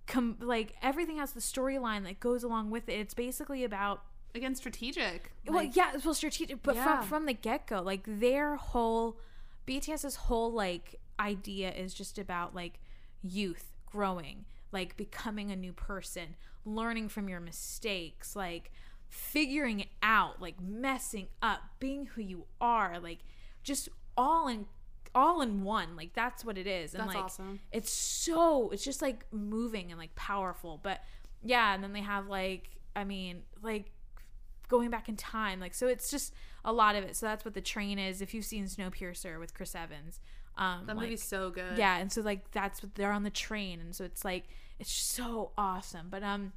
A: com- like everything has the storyline that goes along with it it's basically about
B: Again, strategic.
A: well
B: Like,
A: yeah well strategic but
B: Yeah.
A: from from the get-go like their whole bts's whole like idea is just about like youth growing like becoming a new person learning from your mistakes like figuring it out like messing up being who you are like just all in all in one like that's what it is and
B: that's
A: like
B: awesome.
A: it's so it's just like moving and like powerful but yeah and then they have like i mean like going back in time like so it's just a lot of it so that's what the train is if you've seen snowpiercer with chris evans um
B: That
A: like-
B: movie's so good.
A: yeah and so like that's what they're on the train and so it's like it's so awesome but um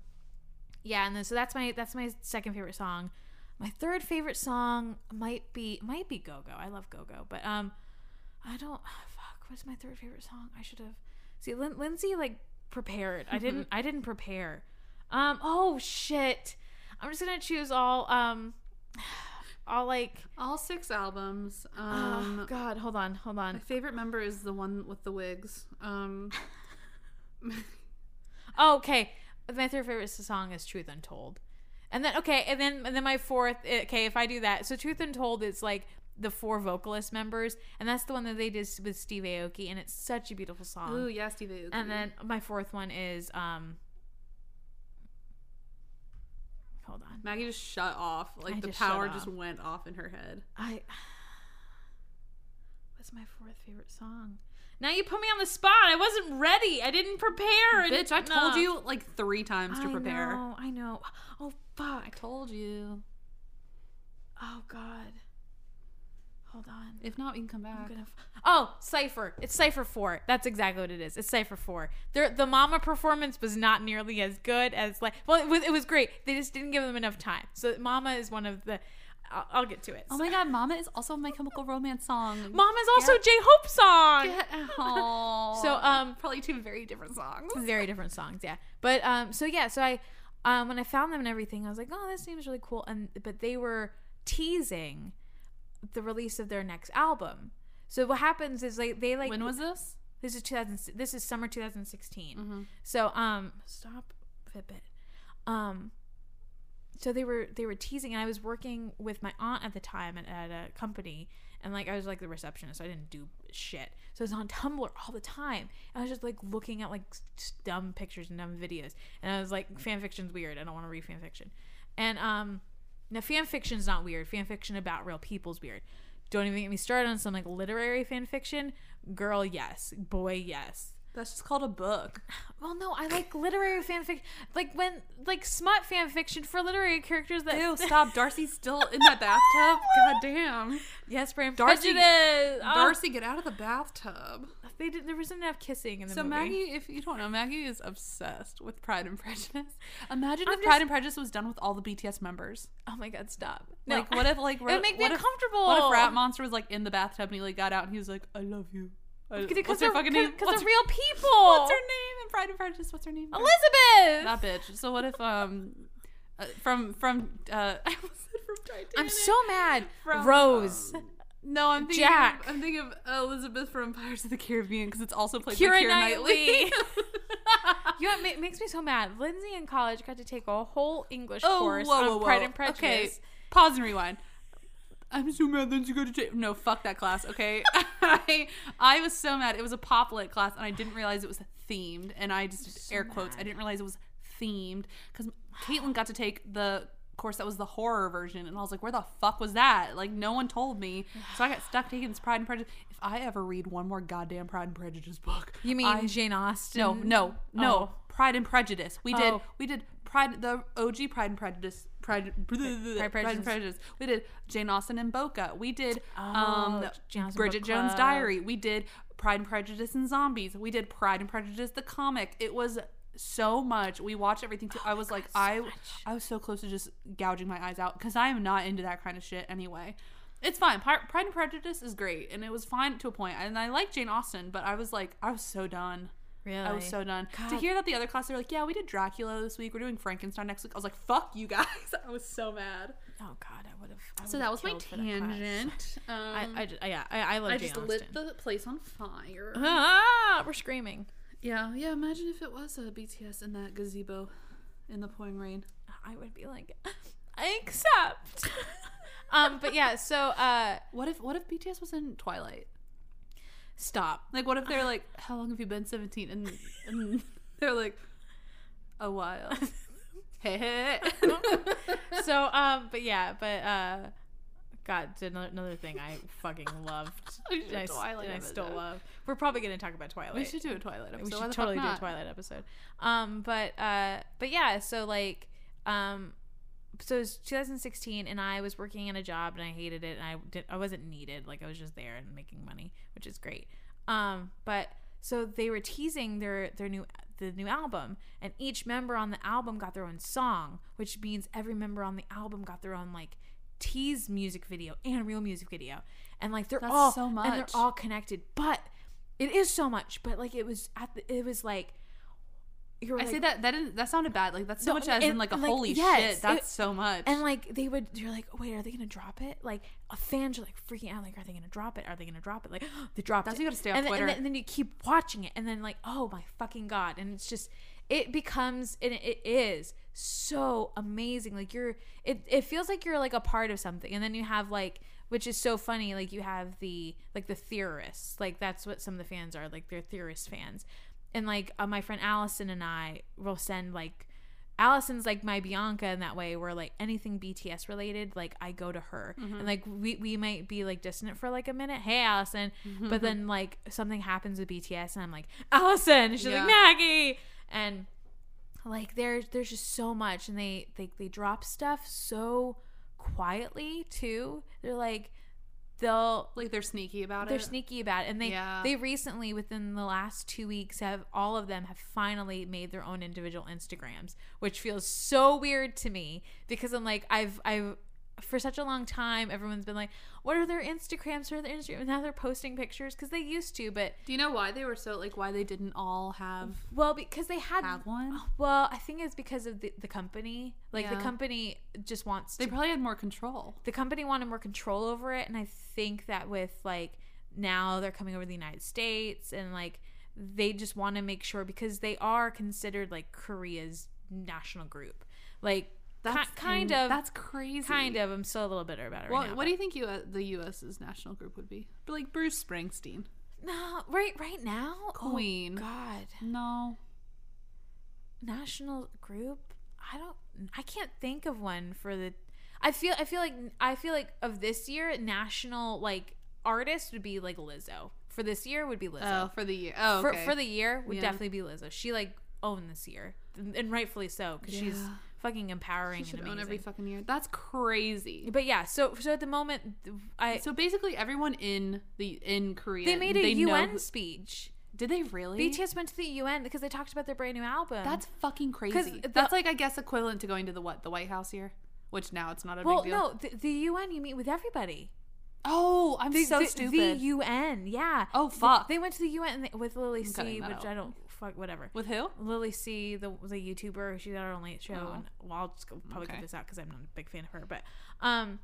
A: yeah and then so that's my that's my second favorite song my third favorite song might be might be go go i love go go but um i don't ah, fuck what's my third favorite song i should have see Lin- lindsay like prepared i didn't i didn't prepare um oh shit i'm just gonna choose all um all like
B: All six albums. Um,
A: um, god hold on hold
B: My
A: on
B: favorite member is the one with the wigs. Um,
A: Oh, okay. My third favorite song is "Truth Untold," and then okay, and then and then my fourth. eh, Okay, if I do that, so "Truth Untold" is like the four vocalist members, and that's the one that they did with Steve Aoki, and it's such a beautiful song.
B: ooh, yeah, Steve Aoki.
A: And then my fourth one is um. Hold on,
B: Maggie just shut off. Like
A: I
B: the
A: just shut
B: power
A: off.
B: just went off in her head.
A: I. What's my fourth favorite song? Now you put me on the spot. I wasn't ready. I didn't prepare.
B: Bitch, I told
A: enough.
B: you like three times to
A: I
B: prepare.
A: know. I know. Oh fuck.
B: I told you.
A: Oh God. Hold on.
B: If not, we can come
A: I'm
B: back.
A: gonna. F- oh, Cipher. It's Cipher Four. That's exactly what it is. It's Cipher Four. Their the Mama performance was not nearly as good as like. Well, it was it was great. They just didn't give them enough time. So Mama is one of the. I'll, I'll get to it.
B: Oh my god, Mama is also my Chemical Romance song.
A: Mama's also J Hope song.
B: Get out.
A: So, um,
B: probably two very different songs.
A: very different songs yeah but um so yeah so i um when i found them and everything i was like oh that seems really cool and but they were teasing the release of their next album so what happens is like they like
B: when was this?
A: this is 2000 this is summer 2016 so um stop fitbit um so they were they were teasing and i was working with my aunt at the time at, at a company and like i was like the receptionist so i didn't do shit so i was on tumblr all the time and i was just like looking at like s- s- dumb pictures and dumb videos and i was like fan fiction's weird i don't want to read fan fiction and um Now, fan fiction's not weird. Fan fiction about real people's weird. Don't even get me started on some like literary fan fiction. Girl, yes. Boy, yes.
B: That's just called a book.
A: Well, no, I like literary fan fiction. Like when, like smut fan fiction for literary characters that.
B: Ew, stop. Darcy's still in that bathtub. God damn.
A: Um, Yes, Bram.
B: Darcy-
A: Darcy. Prejudice. Oh,
B: Darcy, get out of the bathtub.
A: they did, there wasn't enough kissing in the
B: So
A: movie.
B: Maggie, if you don't know, Maggie is obsessed with Pride and Prejudice. Imagine
A: I'm
B: if Pride
A: just-
B: and Prejudice was done with all the BTS members.
A: oh my God, stop.
B: like, what if like
A: it would make me
B: what if-
A: uncomfortable.
B: What if Rat Monster was like in the bathtub and he like got out and he was like, "I love you." I,
A: Because
B: what's
A: they're,
B: her fucking
A: cause,
B: name?
A: 'cause
B: What's
A: they're
B: her,
A: real people.
B: what's her name in Pride and Prejudice? What's her name?
A: Elizabeth.
B: that bitch. So what if um uh, from from uh I almost said from Titanic.
A: I'm so mad.
B: From,
A: Rose.
B: um, no, I'm thinking
A: Jack.
B: Of, I'm thinking of Elizabeth from Pirates of the Caribbean because it's also played
A: Keira
B: by Keira Knightley.
A: Knightley. you know, what ma- makes me so mad. Lindsay in college got to take a whole English
B: Oh,
A: course on Pride and Prejudice.
B: Okay, pause and rewind. I'm so mad that you go to jail. No, fuck that class. Okay, I I was so mad. It was a pop lit class, and I didn't realize it was themed. And I just air quotes. I didn't realize it was themed because Caitlin got to take the course that was the horror version, and I was like, where the fuck was that? Like no one told me, so I got stuck taking this Pride and Prejudice. If I ever read one more goddamn Pride and Prejudice book,
A: You mean
B: I-
A: Jane Austen?
B: no, no, no.
A: Oh.
B: Pride and Prejudice. We did.
A: Oh.
B: We did Pride. The OG Pride and Prejudice. Pride, Pride, and
A: Prejudice.
B: Prejudice. We did Jane Austen and Boca. We did
A: Oh,
B: um,
A: Jane Austen
B: Bridget
A: Book
B: Jones'
A: Club.
B: Diary. We did Pride and Prejudice and Zombies. We did Pride and Prejudice the comic. It was so much. We watched everything. Too.
A: Oh,
B: I was like, I, I was so close to just gouging my eyes out because I am not into that kind of shit anyway. It's fine. Pri- Pride and Prejudice is great, and it was fine to a point. And I like Jane Austen, but I was like, I was so done.
A: Really?
B: I was so done. To
A: God.
B: hear that the other class they were like, "Yeah, we did Dracula this week. We're doing Frankenstein next week." I was like, "Fuck you guys!" I was so mad.
A: Oh God, I would have.
B: So that was my tangent. Um,
A: I,
B: I,
A: I, ju- yeah, I, I love Jane
B: just
A: Austen.
B: lit the place on fire.
A: ah, we're screaming.
B: Uh, yeah, yeah. Imagine if it was a BTS in that gazebo in the pouring rain.
A: I would be like, I accept. um, but yeah, so uh,
B: What if What if BTS was in Twilight?
A: stop.
B: Like, what if they're like, "How long have you been 17? And, and they're like, "A while." hey, hey. hey.
A: so um but yeah but uh god another, another thing i fucking loved
B: We should
A: and i,
B: do a Twilight
A: and I still
B: episode.
A: love we're probably gonna talk about twilight
B: we should do a Twilight episode.
A: We
B: Why
A: should
B: the fuck
A: totally do a
B: not?
A: twilight episode um but uh but yeah so like um so it was 2016 and i was working in a job and i hated it and i did i wasn't needed like i was just there and making money which is great um but so they were teasing their their new the new album and each member on the album got their own song which means every member on the album got their own like tease music video and real music video and like they're
B: That's
A: all
B: so
A: and they're
B: much.
A: all connected but it is so much but like it was at the, it was like you're
B: I say that that didn't that sounded bad. Like that's so
A: No,
B: much as
A: it-
B: in like a
A: like,
B: holy
A: yes,
B: shit. That's
A: it-
B: so much.
A: and like they would, you're like, wait, are they gonna drop it? Like a fans are like freaking out, like, are they gonna drop it? Are they gonna drop it? Like they dropped
B: That's
A: it.
B: why you gotta stay on
A: and then, and
B: Twitter.
A: then- and then you keep watching it, and then like, oh my fucking god! And it's just, it becomes, and it is so amazing. Like you're, it it feels like you're like a part of something, and then you have like. Which is so funny, like you have the like the theorists, like that's what some of the fans are, like they're theorist fans, and like uh, my friend Allison and I will send like Allison's like my Bianca in that way where like anything BTS related, like I go to her. And like we, we might be like distant for like a minute. Hey Allison. But then like something happens with BTS and I'm like, Allison and she's
B: Yeah.
A: like Maggie and like there's there's just so much and they they they drop stuff so quietly too. They're like they'll
B: like they're sneaky about
A: they're
B: it.
A: sneaky about it and they
B: Yeah.
A: they recently within the last two weeks have all of them have finally made their own individual instagrams which feels so weird to me because i'm like i've i've for such a long time everyone's been like what are their instagrams what are their instagrams and now they're posting pictures because they used to but
B: Do you know why they were so like why they didn't all have
A: well because they had oh,
B: have one?
A: well i think it's because of the, the company like
B: Yeah.
A: the company just wants
B: They
A: to
B: probably had more control.
A: the company wanted more control over it and i think that with like now they're coming over to the united states and like they just want to make sure because they are considered like korea's national group like that's kind
B: in-
A: of
B: That's crazy.
A: kind of i'm still a little bitter about it right
B: What,
A: now
B: what do you think you, the U.S.'s national group would be? But like Bruce Springsteen,
A: but- no right right now Oh,
B: Queen.
A: god
B: no,
A: national group i don't i can't think of one for the I feel I feel like I feel like of this year national like artist would be like Lizzo. For this year would be Lizzo.
B: Oh, for the year. Oh, okay.
A: for, for the year would
B: Yeah.
A: definitely be Lizzo. She like owned this year, and and rightfully so because she's
B: Yeah.
A: fucking empowering
B: you should
A: and
B: own
A: amazing.
B: every fucking year. That's crazy.
A: but yeah, so so at the moment, I
B: So basically, everyone in the in Korea
A: they made a
B: know-
A: UN speech.
B: did they really?
A: BTS went to the UN because they talked about their brand new album.
B: That's fucking crazy.
A: the-
B: That's like I guess equivalent to going to the what the White House here, which now it's not a
A: well,
B: big deal.
A: no, the, the UN you meet with everybody.
B: Oh, I'm
A: The,
B: so
A: the-
B: stupid.
A: The UN, yeah.
B: Oh, fuck.
A: They went to the UN and they- with Lily C,
B: cutting
A: which
B: that out.
A: I don't fuck whatever.
B: With who?
A: Lily C, the the YouTuber, she's got her own late show,
B: Oh.
A: and well, I'll just go, probably cut
B: Okay.
A: this out because I'm not a big fan of her. But um,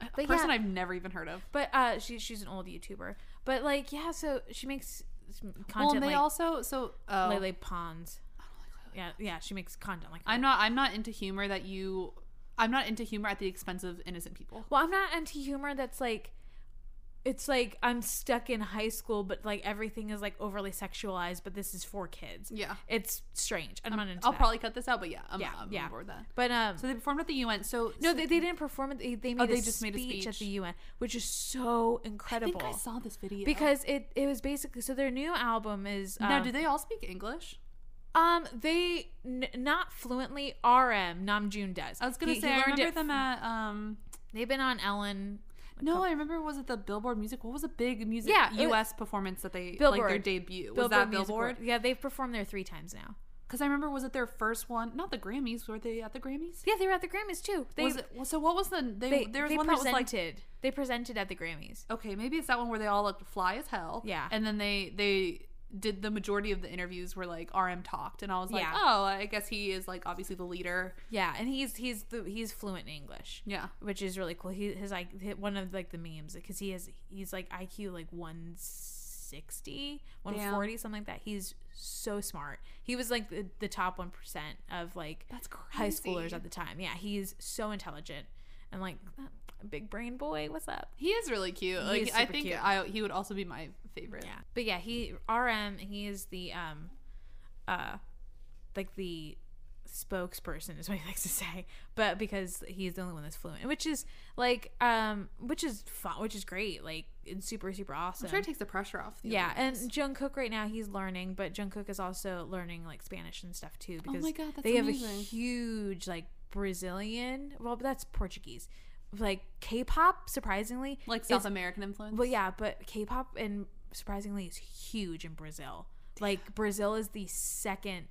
B: A
A: But
B: person
A: yeah.
B: I've never even heard of.
A: but uh, she she's an old YouTuber. But like, yeah, so she makes some content
B: Well, and they
A: like
B: also so oh.
A: Lele Pons.
B: I don't like Lele.
A: Yeah, yeah, she makes content like.
B: I'm not I'm not into humor that you I'm not into humor at the expense of innocent people.
A: Well, I'm not anti humor that's like it's like I'm stuck in high school but like everything is like overly sexualized but this is for kids.
B: Yeah. Um,
A: It's strange. I'm, not into
B: I'll
A: that.
B: probably cut this out, but yeah, I'm,
A: Yeah,
B: I'm
A: yeah.
B: on board with that.
A: But um
B: So they performed at the UN. So
A: no
B: so-
A: they, they didn't perform it. They, they made
B: Oh,
A: a
B: they just made
A: speech
B: a
A: at
B: speech.
A: the UN, which is so
B: I
A: incredible.
B: think I saw this video. Oh.
A: because it it was basically so their new album is um,
B: now, do they all speak English?
A: um they n- not fluently RM Namjoon does.
B: I was gonna
A: He- he
B: say I
A: learned
B: remember
A: it-
B: them at um.
A: They've been on Ellen
B: No, I remember was it the Billboard Music? What was a big music
A: Yeah, it was-
B: U.S. performance that they like their
A: Billboard.
B: debut? was that
A: Music
B: Billboard?
A: Award. Yeah, they've performed there 3 times now.
B: Because I remember was it their first one? Not the Grammys. Were they at the Grammys?
A: Yeah, they were at the Grammys too. They
B: was it, well, so what was the they,
A: they,
B: there was
A: they
B: one that was
A: presented.
B: like
A: they presented at the Grammys.
B: okay maybe it's that one where they all looked fly as hell
A: Yeah.
B: and then they they did the majority of the interviews were like RM talked and I was like
A: Yeah.
B: oh I guess he is like obviously the leader
A: Yeah, and he's he's the, he's fluent in English,
B: yeah
A: which is really cool. He his like hi- one of like the memes because he has he's like IQ like 160, 140 something like that. He's so smart. He was like the, the top 1% of like
B: that's crazy
A: high schoolers at the time. Yeah, he's so intelligent and like a big brain boy. What's up?
B: he is really cute like
A: is
B: I
A: super
B: think
A: cute.
B: I he would also be my favorite
A: Yeah. But yeah, he RM he is the um uh like the spokesperson is what he likes to say. But because he's the only one that's fluent, which is like um which is fun, which is great, like it's super super awesome.
B: I'm sure it takes the pressure off the
A: yeah,
B: other
A: and
B: guys.
A: Jungkook right now he's learning, but Jungkook is also learning like Spanish and stuff too because
B: Oh my God, that's
A: they have a
B: amazing.
A: huge like Brazilian, well that's Portuguese, like K-pop surprisingly
B: like
A: is
B: South American influence
A: well, yeah, but K-pop and surprisingly is huge in Brazil. Like Brazil is the second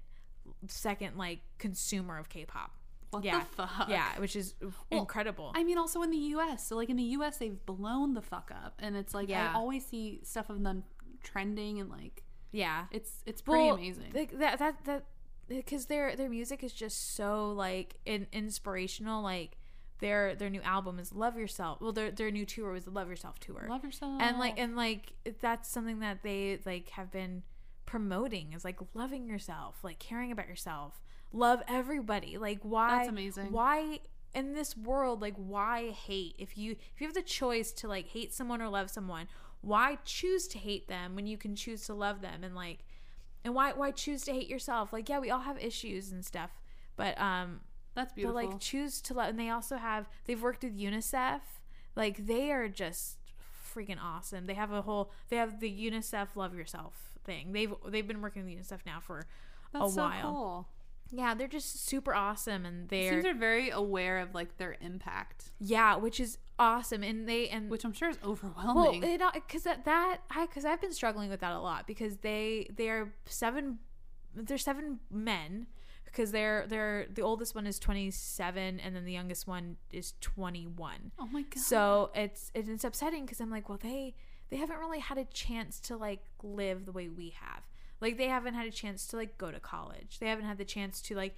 A: second like consumer of K-pop.
B: what
A: yeah.
B: the fuck
A: Yeah, which is incredible.
B: I mean, also in the U.S. So, like in the U.S., they've blown the fuck up, and it's like
A: Yeah.
B: I always see stuff of them trending, and like
A: yeah.
B: it's it's pretty
A: Well,
B: amazing.
A: th- that that that because their their music is just so like in, inspirational like their their new album is Love Yourself. Well, their their new tour was the Love Yourself tour.
B: Love yourself,
A: and like and like that's something that they like have been promoting is like loving yourself like caring about yourself love everybody like why
B: That's amazing.
A: why in this world like why hate if you if you have the choice to like hate someone or love someone why choose to hate them when you can choose to love them and like and why why choose to hate yourself like yeah we all have issues and stuff but um
B: that's beautiful.
A: but like choose to love, and they also have they've worked with UNICEF. Like they are just freaking awesome. They have a whole they have the UNICEF Love Yourself thing. They've they've been working with UNICEF now for
B: that's
A: a
B: so
A: while.
B: cool.
A: yeah, they're just super awesome, and
B: It
A: they're
B: seems they're very aware of like their impact,
A: yeah, which is awesome, and they and
B: which I'm sure is
A: well,
B: overwhelming.
A: it because that that I because I've been struggling with that a lot because they they are seven they're seven men because they're they're the oldest one is 27 and then the youngest one is 21
B: oh my god!
A: So it's it- it's upsetting because I'm like, well, they they haven't really had a chance to like live the way we have. Like they haven't had a chance to like go to college. They haven't had the chance to like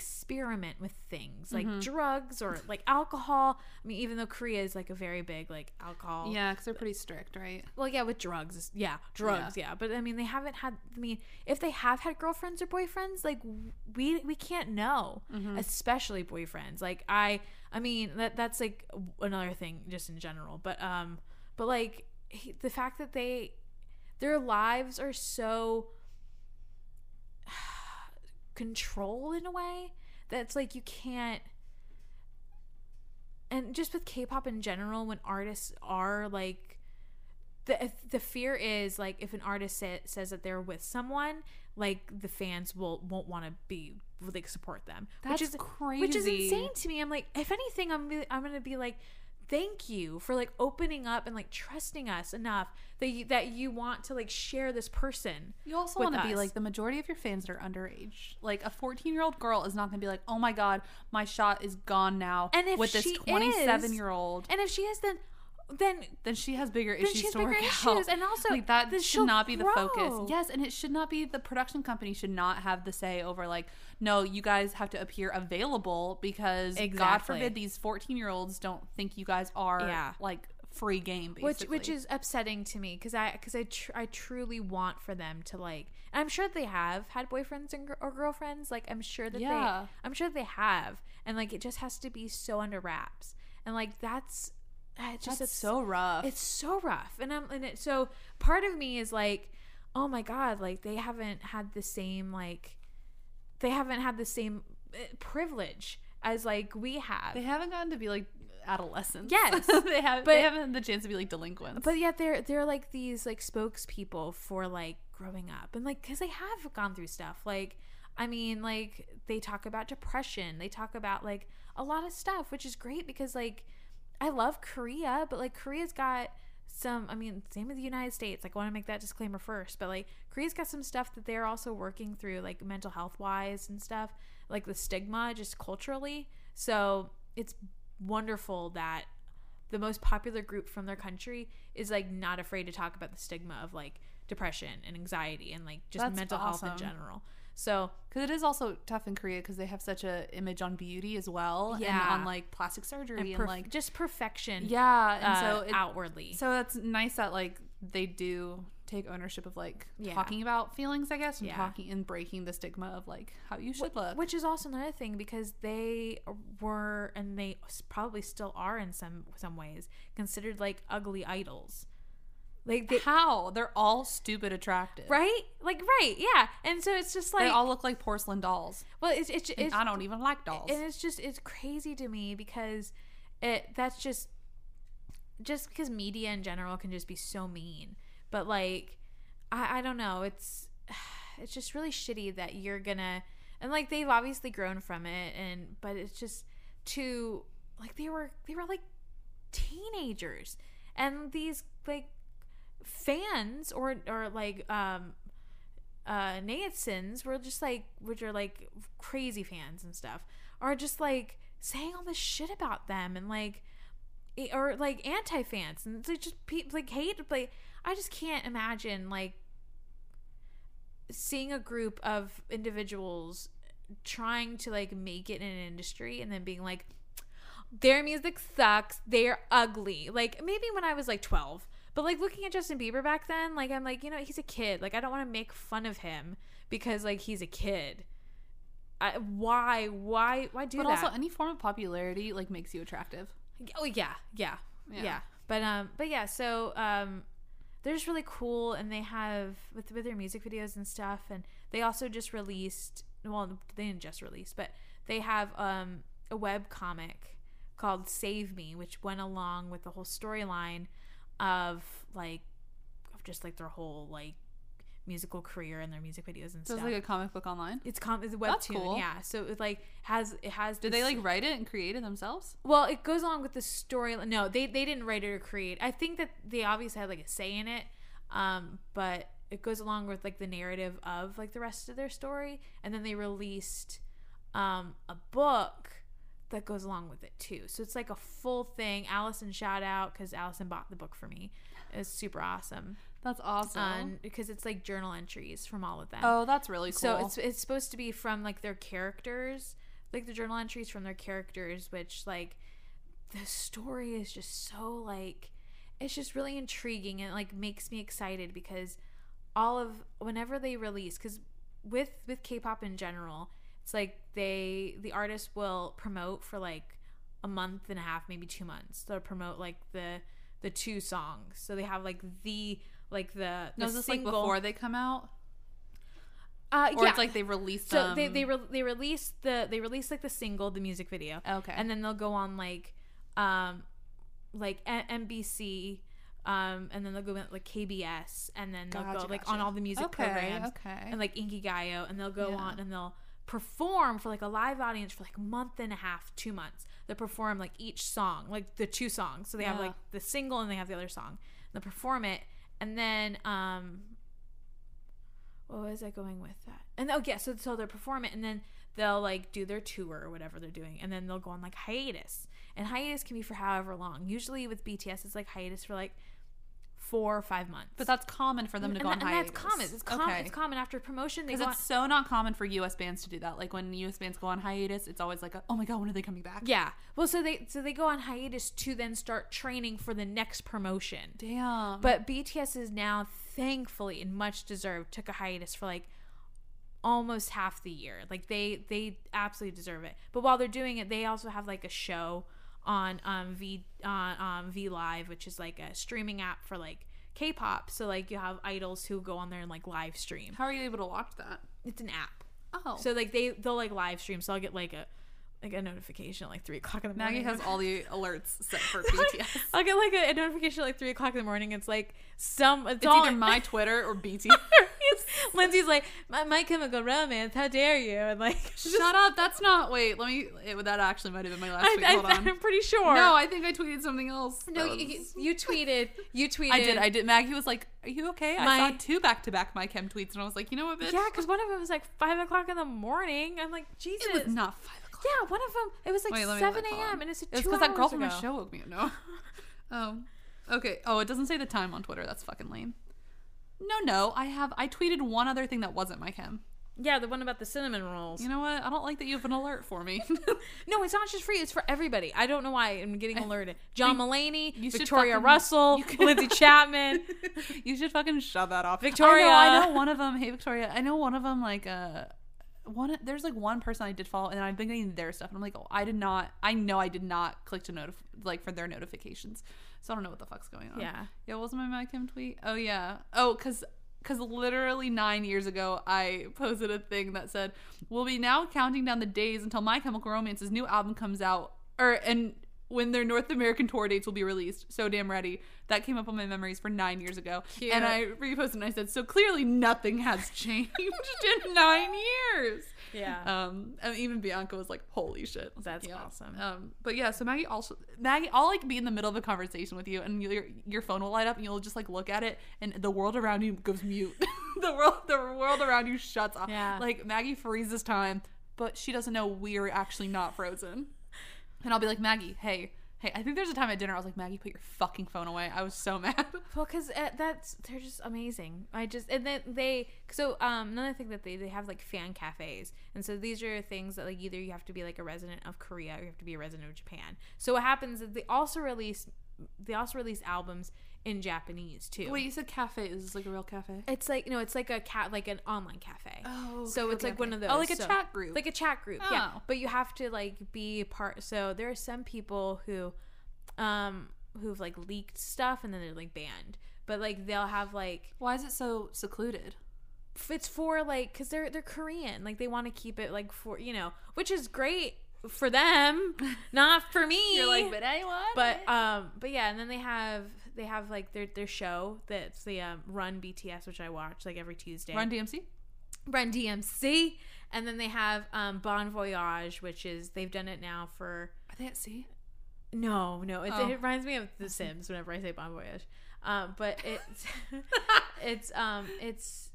A: experiment with things like
B: Mm-hmm.
A: drugs or like alcohol. I mean, even though Korea is like a very big like alcohol
B: yeah, because they're pretty strict, right?
A: well, yeah, with drugs. Yeah, drugs. Yeah. But I mean, they haven't had. I mean, if they have had girlfriends or boyfriends, like we we can't know,
B: Mm-hmm.
A: especially boyfriends. Like I, I mean, that that's like another thing just in general. But um, but like he, the fact that they their lives are so controlled in a way that's like you can't and just with K-pop in general, when artists are like, the if the fear is like if an artist sa- says that they're with someone, like the fans will won't want to be like support them,
B: That's
A: which is
B: crazy.
A: which is insane to me. I'm like, if anything, I'm gonna- I'm gonna be like, thank you for like opening up and like trusting us enough that you, that you want to like share this person.
B: You also
A: with
B: want to be
A: us.
B: like the majority of your fans that are underage. Like a 14 year old girl is not going to be like, oh my god, my shot is gone now.
A: And if
B: with this
A: she
B: 27
A: is-
B: year old,
A: And if she is, then then
B: then she has bigger
A: then
B: issues
A: she has
B: to
A: bigger
B: work
A: issues,
B: out.
A: and also
B: like that
A: then she'll
B: should not be the
A: grow.
B: focus. Yes, and it should not be the production company should not have the say over like, no, you guys have to appear available because God
A: Exactly.
B: forbid these 14 year olds don't think you guys are
A: Yeah.
B: like free game.
A: which
B: Basically.
A: which is upsetting to me because I because I tr- I truly want for them to like and I'm sure they have had boyfriends and gr- or girlfriends like I'm sure that
B: Yeah.
A: they I'm sure they have and like it just has to be so under wraps and like that's it just
B: just
A: ups-
B: so rough.
A: it's so rough and I'm and it so part of me is like oh my god like they haven't had the same like they haven't had the same eh, privilege as like we have
B: They haven't gotten to be like adolescents.
A: Yes,
B: they have.
A: but-
B: they haven't had the chance to be like delinquents.
A: But yet they're they're like these like spokespeople for like growing up and like because they have gone through stuff. Like I mean, like they talk about depression. They talk about like a lot of stuff, which is great because like I love Korea, but like Korea's got some. I mean, same with the United States. Like I want to make that disclaimer first, but like Korea's got some stuff that they're also working through, like mental health wise and stuff, like the stigma just culturally. So it's wonderful that the most popular group from their country is like not afraid to talk about the stigma of like depression and anxiety and like just
B: That's
A: mental health
B: awesome.
A: in general. So
B: because it is also tough in Korea because they have such a image on beauty as well,
A: Yeah.
B: and on like plastic surgery and,
A: and perf-
B: like
A: just perfection,
B: yeah, and
A: uh,
B: so it,
A: outwardly,
B: so that's nice that like they do take ownership of like
A: Yeah.
B: talking about feelings, I guess, and
A: Yeah.
B: talking and breaking the stigma of like how you should look.
A: which is also another thing because they were and they s- probably still are in some some ways considered like ugly idols, like they,
B: how they're all stupid attractive,
A: right, like right, yeah. And so it's just like
B: they all look like porcelain dolls.
A: well, it's it's,
B: And
A: it's
B: I don't even like dolls.
A: and it's just it's crazy to me because it that's just just because media in general can just be so mean but like i i don't know it's it's just really shitty that you're gonna and like they've obviously grown from it and but it's just to like they were they were like teenagers and these like fans or or like um uh Natsons were just like which are like crazy fans and stuff are just like saying all this shit about them and like i- or like anti fans and they just people like hate like I just can't imagine like seeing a group of individuals trying to like make it in an industry and then being like their music sucks they're ugly like maybe when i was like 12 but like looking at justin bieber back then like i'm like you know he's a kid like i don't want to make fun of him because like he's a kid I, why why why do
B: but
A: that
B: also, any form of popularity like makes you attractive.
A: Oh yeah, yeah, yeah.
B: Yeah.
A: But um, but yeah. So um, they're just really cool, and they have with with their music videos and stuff, and they also just released. Well, they didn't just release, but they have um a web comic called Save Me, which went along with the whole storyline of like of just like their whole like musical career and their music videos and
B: So
A: stuff.
B: it's like a comic book online.
A: it's com it's a webtoon,
B: That's cool.
A: yeah. So it like has it has
B: Did
A: this-
B: they like write it and create it themselves?
A: well, it goes along with the story. No, they they didn't write it or create. I think that they obviously had like a say in it, um, but it goes along with like the narrative of like the rest of their story. And then they released um, a book that goes along with it too. So it's like a full thing. Allison shout out because Allison bought the book for me. It was super awesome,
B: That's awesome.
A: um, because it's like journal entries from all of them.
B: oh, that's really cool.
A: So it's it's supposed to be from like their characters, like the journal entries from their characters, which like the story is just so like it's just really intriguing and like makes me excited because all of whenever they release because with with K-pop in general, it's like they the artists will promote for like a month and a half, maybe two months. They'll promote like the the two songs, so they have like the like the, the
B: no, is this
A: single.
B: like before they come out,
A: uh,
B: or
A: yeah.
B: it's like they released
A: So
B: them?
A: they they re- they release the they release like the single, the music video,
B: Oh, okay,
A: and then they'll go on like um, like N- NBC, um, and then they'll go with, like KBS, and then they'll
B: Gotcha,
A: go like on
B: gotcha.
A: all the music
B: okay,
A: programs
B: okay.
A: and like Inky Gaio, and they'll go
B: Yeah.
A: on and they'll perform for like a live audience for like a month and a half, two months. They perform like each song, like the two songs. So they have
B: Yeah.
A: like the single and they have the other song. They perform it, and then um, what was I going with that? And oh yeah, so so they'll perform it, and then they'll like do their tour or whatever they're doing, and then they'll go on like hiatus. And hiatus can be for however long. Usually with BTS, it's like hiatus for like four or five months.
B: but that's common for them to
A: and,
B: go
A: that-
B: on
A: and that's
B: hiatus.
A: common. It's common.
B: Okay.
A: It's common after promotion. They
B: Because
A: go on-
B: it's so not common for U.S. bands to do that. Like when U.S. bands go on hiatus, it's always like, a, oh my god, when are they coming back?
A: Yeah. Well, so they so they go on hiatus to then start training for the next promotion.
B: Damn.
A: But BTS is now thankfully and much deserved took a hiatus for like almost half the year. Like they they absolutely deserve it. But while they're doing it, they also have like a show on um V on um V Live, which is like a streaming app for like K-pop. So like you have idols who go on there and like live stream.
B: how are you able to watch that?
A: It's an app.
B: Oh,
A: So like they they'll like live stream. So I'll get like a like a notification at like three o'clock in the
B: Maggie
A: morning.
B: has all the alerts set for BTS.
A: I'll get like a, a notification at like three o'clock in the morning. It's like some
B: It's
A: adult.
B: either my Twitter or BTS.
A: It's- Lindsay's like my, my chemical romance. How dare you? And like
B: Shut up. That's not. Wait, let me. It, that actually might have been my last tweet. Hold
A: I,
B: on.
A: am pretty sure.
B: No, I think I tweeted something else.
A: no.
B: That
A: You,
B: was-
A: you tweeted. You tweeted.
B: I did. I did. Maggie was like, "Are you okay?" I saw
A: My-
B: two back to back my chem tweets, and I was like, "You know what, bitch?
A: yeah, because one of them was like five o'clock in the morning. I'm like Jesus.
B: it was not five o'clock.
A: yeah, one of them. It was like
B: Wait, let me
A: seven
B: look. Hold
A: a.m.
B: on.
A: and it's a
B: It was
A: two
B: because that girl
A: hours
B: from my
A: ago.
B: show woke me up. No. oh. Okay. Oh, it doesn't say the time on Twitter. That's fucking lame. No, no. I have. I tweeted one other thing that wasn't my chem.
A: Yeah, the one about the cinnamon rolls.
B: You know what? I don't like that you have an alert for me.
A: No, it's not just for you. It's for everybody. I don't know why I'm getting alerted. John Mulaney,
B: you should
A: Victoria
B: fucking-
A: Russell,
B: you could-
A: Lindsay Chapman.
B: you should fucking shove that off,
A: Victoria.
B: I know, I know one of them. Hey, Victoria. I know one of them. Like, uh, one. There's like one person I did follow, and I've been getting their stuff, and I'm like, oh, I did not. I know I did not click to notif like for their notifications. So I don't know what the fuck's going on.
A: Yeah.
B: Yeah. What was my Mac Kim tweet? Oh yeah. Oh, cause. Because literally nine years ago, I posted a thing that said, We'll be now counting down the days until My Chemical Romance's new album comes out, or and when their North American tour dates will be released. So damn ready. That came up on my memories for nine years ago.
A: Cute.
B: And I reposted and I said, So clearly nothing has changed in nine years.
A: Yeah.
B: Um, and even Bianca was like, "Holy shit!" I was
A: That's
B: like, "Yeah."
A: awesome.
B: Um, but yeah, so Maggie also Maggie, I'll like be in the middle of a conversation with you, and your your phone will light up, and you'll just like look at it, and the world around you goes mute. the world the world around you shuts off.
A: Yeah.
B: Like Maggie freezes time, but she doesn't know we're actually not frozen. And I'll be like, Maggie, hey, hey, I think there's a time at dinner I was like, Maggie, put your fucking phone away. I was so mad.
A: Well, because uh, that's they're just amazing. I just and then they so um another thing that they they have like fan cafes, and so these are things that like either you have to be like a resident of Korea or you have to be a resident of Japan. So what happens is they also release they also release albums in Japanese too.
B: Wait, you said cafe is this like a real cafe?
A: It's like no, it's like a cat like an online cafe.
B: Oh, okay,
A: so it's
B: okay,
A: like one
B: okay.
A: of those.
B: Oh, like a
A: so-
B: chat group.
A: like a chat group. Yeah,
B: Oh.
A: but you have to like be part. So there are some people who, um, who've like leaked stuff and then they're like banned. But like they'll have like
B: Why is it so secluded?
A: f- it's for like because they're they're Korean. Like they want to keep it like for you know, which is great for them, not for me.
B: anyone?
A: But um, but yeah, and then they have they have like their their show that's the um, Run BTS, which I watch like every Tuesday.
B: Run DMC.
A: Run DMC, and then they have um, Bon Voyage, which is they've done it now for
B: Are they at sea?
A: no, no, it's,
B: Oh.
A: it reminds me of The Sims whenever I say Bon Voyage, um, but it's it's um it's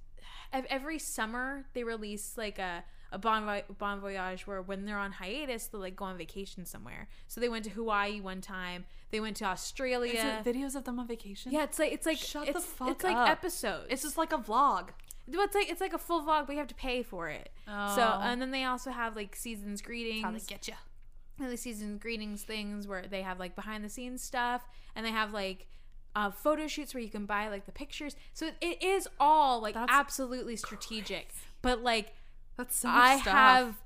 A: ev- every summer they release like a a bon, Voy- bon voyage where when they're on hiatus they like go on vacation somewhere. So they went to Hawaii one time. They went to Australia.
B: Is it videos of them on vacation?
A: yeah, it's like it's like
B: Shut the
A: it's,
B: fuck
A: it's like
B: up.
A: episodes.
B: It's just like a vlog.
A: Well, it's like it's like a full vlog, but you have to pay for it. So
B: Oh.
A: and then they also have like seasons greetings,
B: get you.
A: and the seasons greetings things where they have like behind the scenes stuff, and they have like uh, photo shoots where you can buy like the pictures. So it, it is all like
B: That's
A: absolutely strategic. But like
B: That's so much
A: I
B: stuff.
A: have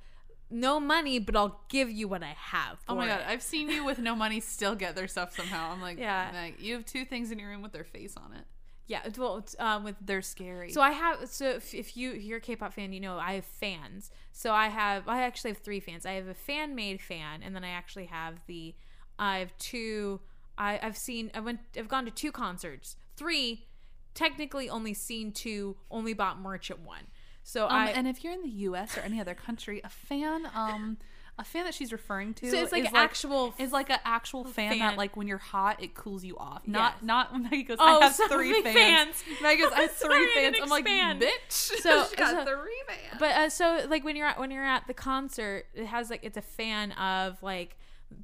A: no money, but I'll give you what I have.
B: Oh my
A: for
B: god,
A: it.
B: I've seen you with no money still get their stuff somehow. I'm like,
A: Yeah.
B: Meg, you have two things in your room with their face on it.
A: yeah. it's- Well, it's, um, with
B: They're scary.
A: So I have so if, if you if you're a K-pop fan, you know I have fans. So I have I actually have three fans. I have a fan made fan, and then I actually have the I have two. I, I've seen. I went. I've gone to two concerts. Three. Technically, only seen two. Only bought merch at one. So
B: Um,
A: I.
B: and if you're in the U.S. or any other country, a fan, um, a fan that she's referring to,
A: so it's like
B: is
A: an actual.
B: is like an actual fan,
A: fan.
B: that like when you're hot, it cools you off. Not
A: Yes.
B: not when Maggie goes,
A: Oh,
B: I have
A: so
B: three
A: many
B: fans.
A: fans.
B: Maggie goes, I have
A: Sorry,
B: three
A: I
B: fans.
A: didn't
B: I'm like,
A: expand.
B: bitch.
A: So-
B: she got
A: so-
B: three fans.
A: but uh, so like when you're at when you're at the concert, it has like it's a fan of like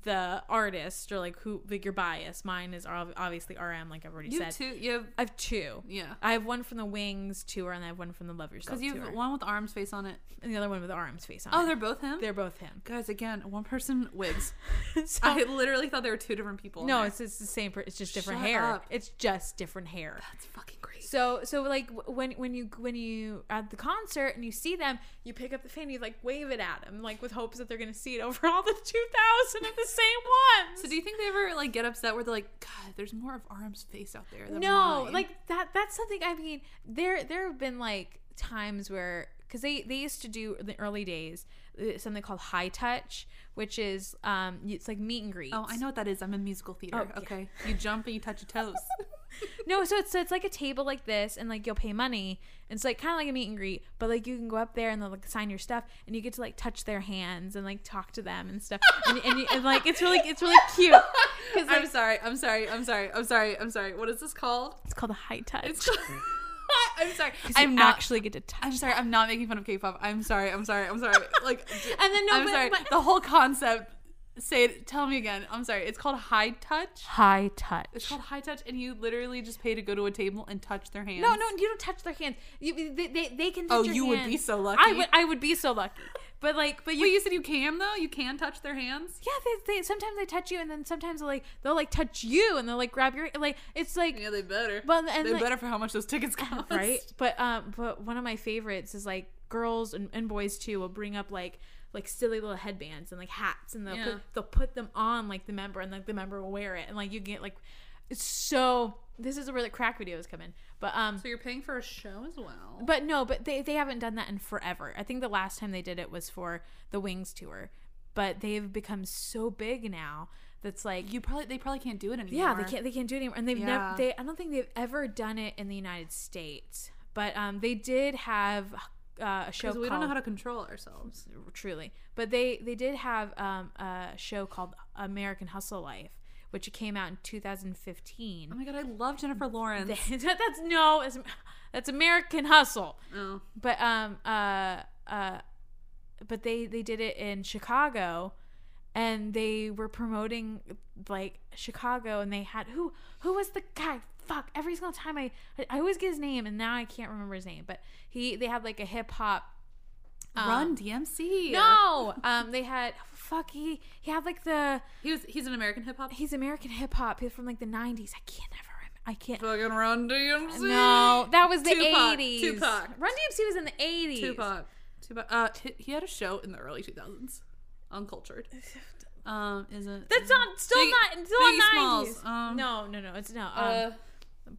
A: the artist or like who like your bias. Mine is ob- obviously RM, like I've already
B: you
A: said.
B: two, you have,
A: I have two.
B: yeah,
A: I have one from the Wings tour and I have one from the Love Yourself
B: because you
A: tour,
B: have one with arms face on it.
A: and the other one with RM's face on.
B: Oh,
A: it.
B: they're both him.
A: they're both him.
B: Guys, again, one person wigs.
A: So-
B: I literally thought there were two different people. in
A: no,
B: there.
A: it's it's the same. per- It's just different
B: Shut
A: hair.
B: up.
A: It's just different hair.
B: that's fucking crazy.
A: So so like w- when when you when you at the concert and you see them, you pick up the fan, you like wave it at them, like with hopes that they're gonna see it over all the two thousand of the same ones.
B: So do you think they ever like get upset where they're like, God, there's more of Arm's face out there? Than
A: no
B: mine."
A: like that that's something i mean there there have been like times where because they they used to do in the early days uh, something called high touch which is um it's like meet and greets
B: oh, I know what that is. I'm in musical theater.
A: Oh, yeah.
B: okay, you jump and you touch your toes.
A: no so it's so it's like a table like this and like you'll pay money and it's like kind of like a meet and greet but like you can go up there and they'll like sign your stuff and you get to like touch their hands and like talk to them and stuff and, and, you- and like it's really it's really cute 'Cause, like,
B: I'm sorry. I'm sorry. I'm sorry. I'm sorry. I'm sorry. What is this called?
A: it's called a high touch
B: I'm sorry.
A: 'Cause you
B: I'm not.
A: actually get to touch
B: I'm sorry. I'm not making fun of K-pop. I'm sorry. I'm sorry. I'm sorry. Like, d-
A: and then no
B: I'm
A: but-
B: sorry.
A: but-
B: The whole concept. Say it. Tell me again. I'm sorry. It's called high touch.
A: high touch
B: It's called high touch, and you literally just pay to go to a table and touch their hands.
A: No, no, you don't touch their hands. You, they, they, they can touch
B: Oh,
A: your
B: you would be
A: hands.
B: so lucky.
A: I would, I would be so lucky. But like, but you,
B: Wait, you said you can though? You can touch their hands?
A: yeah, they, they sometimes they touch you, and then sometimes they'll like they'll like touch you, and they'll like grab your like it's like
B: Yeah, they better.
A: Well, and,
B: they
A: like-
B: better for how much those tickets cost.
A: right. But um, but one of my favorites is like girls and, and boys too will bring up like like silly little headbands and like hats, and they'll
B: Yeah.
A: put, they'll put them on like the member, and like the member will wear it, and like you get like it's so. This is where the crack videos come in, but um.
B: So you're paying for a show as well.
A: But no, but they, they haven't done that in forever. I think the last time they did it was for the Wings tour. But they've become so big now that's like
B: You probably they probably can't do it anymore.
A: yeah, they can't they can't do it anymore. And they've
B: Yeah.
A: never they I don't think they've ever done it in the United States. But um they did have uh, a show
B: because
A: called
B: we don't know how to control ourselves.
A: truly. But they they did have um a show called American Hustle Life, which came out in 2015.
B: Oh my god, I love Jennifer Lawrence.
A: that's no, it's, that's American Hustle
B: oh.
A: but um uh uh but they they did it in chicago and they were promoting like chicago and they had who who was the guy fuck every single time i i, I always get his name and now i can't remember his name but he they had like a hip hop um,
B: Run DMC.
A: no um they had fuck he he had like the
B: He was he's an American hip hop.
A: he's american hip hop he's from like the 90s i can't never remember i can't
B: Fucking Run DMC.
A: no that was the
B: Tupac,
A: 80s
B: Tupac.
A: run dmc was in the 80s
B: Tupac. Tupac. Uh, he- he had a show in the early 2000s. Uncultured. Um, isn't
A: That's not still
B: Big-
A: not still
B: Biggie
A: not
B: Smalls,
A: nineties.
B: um,
A: no, no, no. It's no. Um,
B: Uh,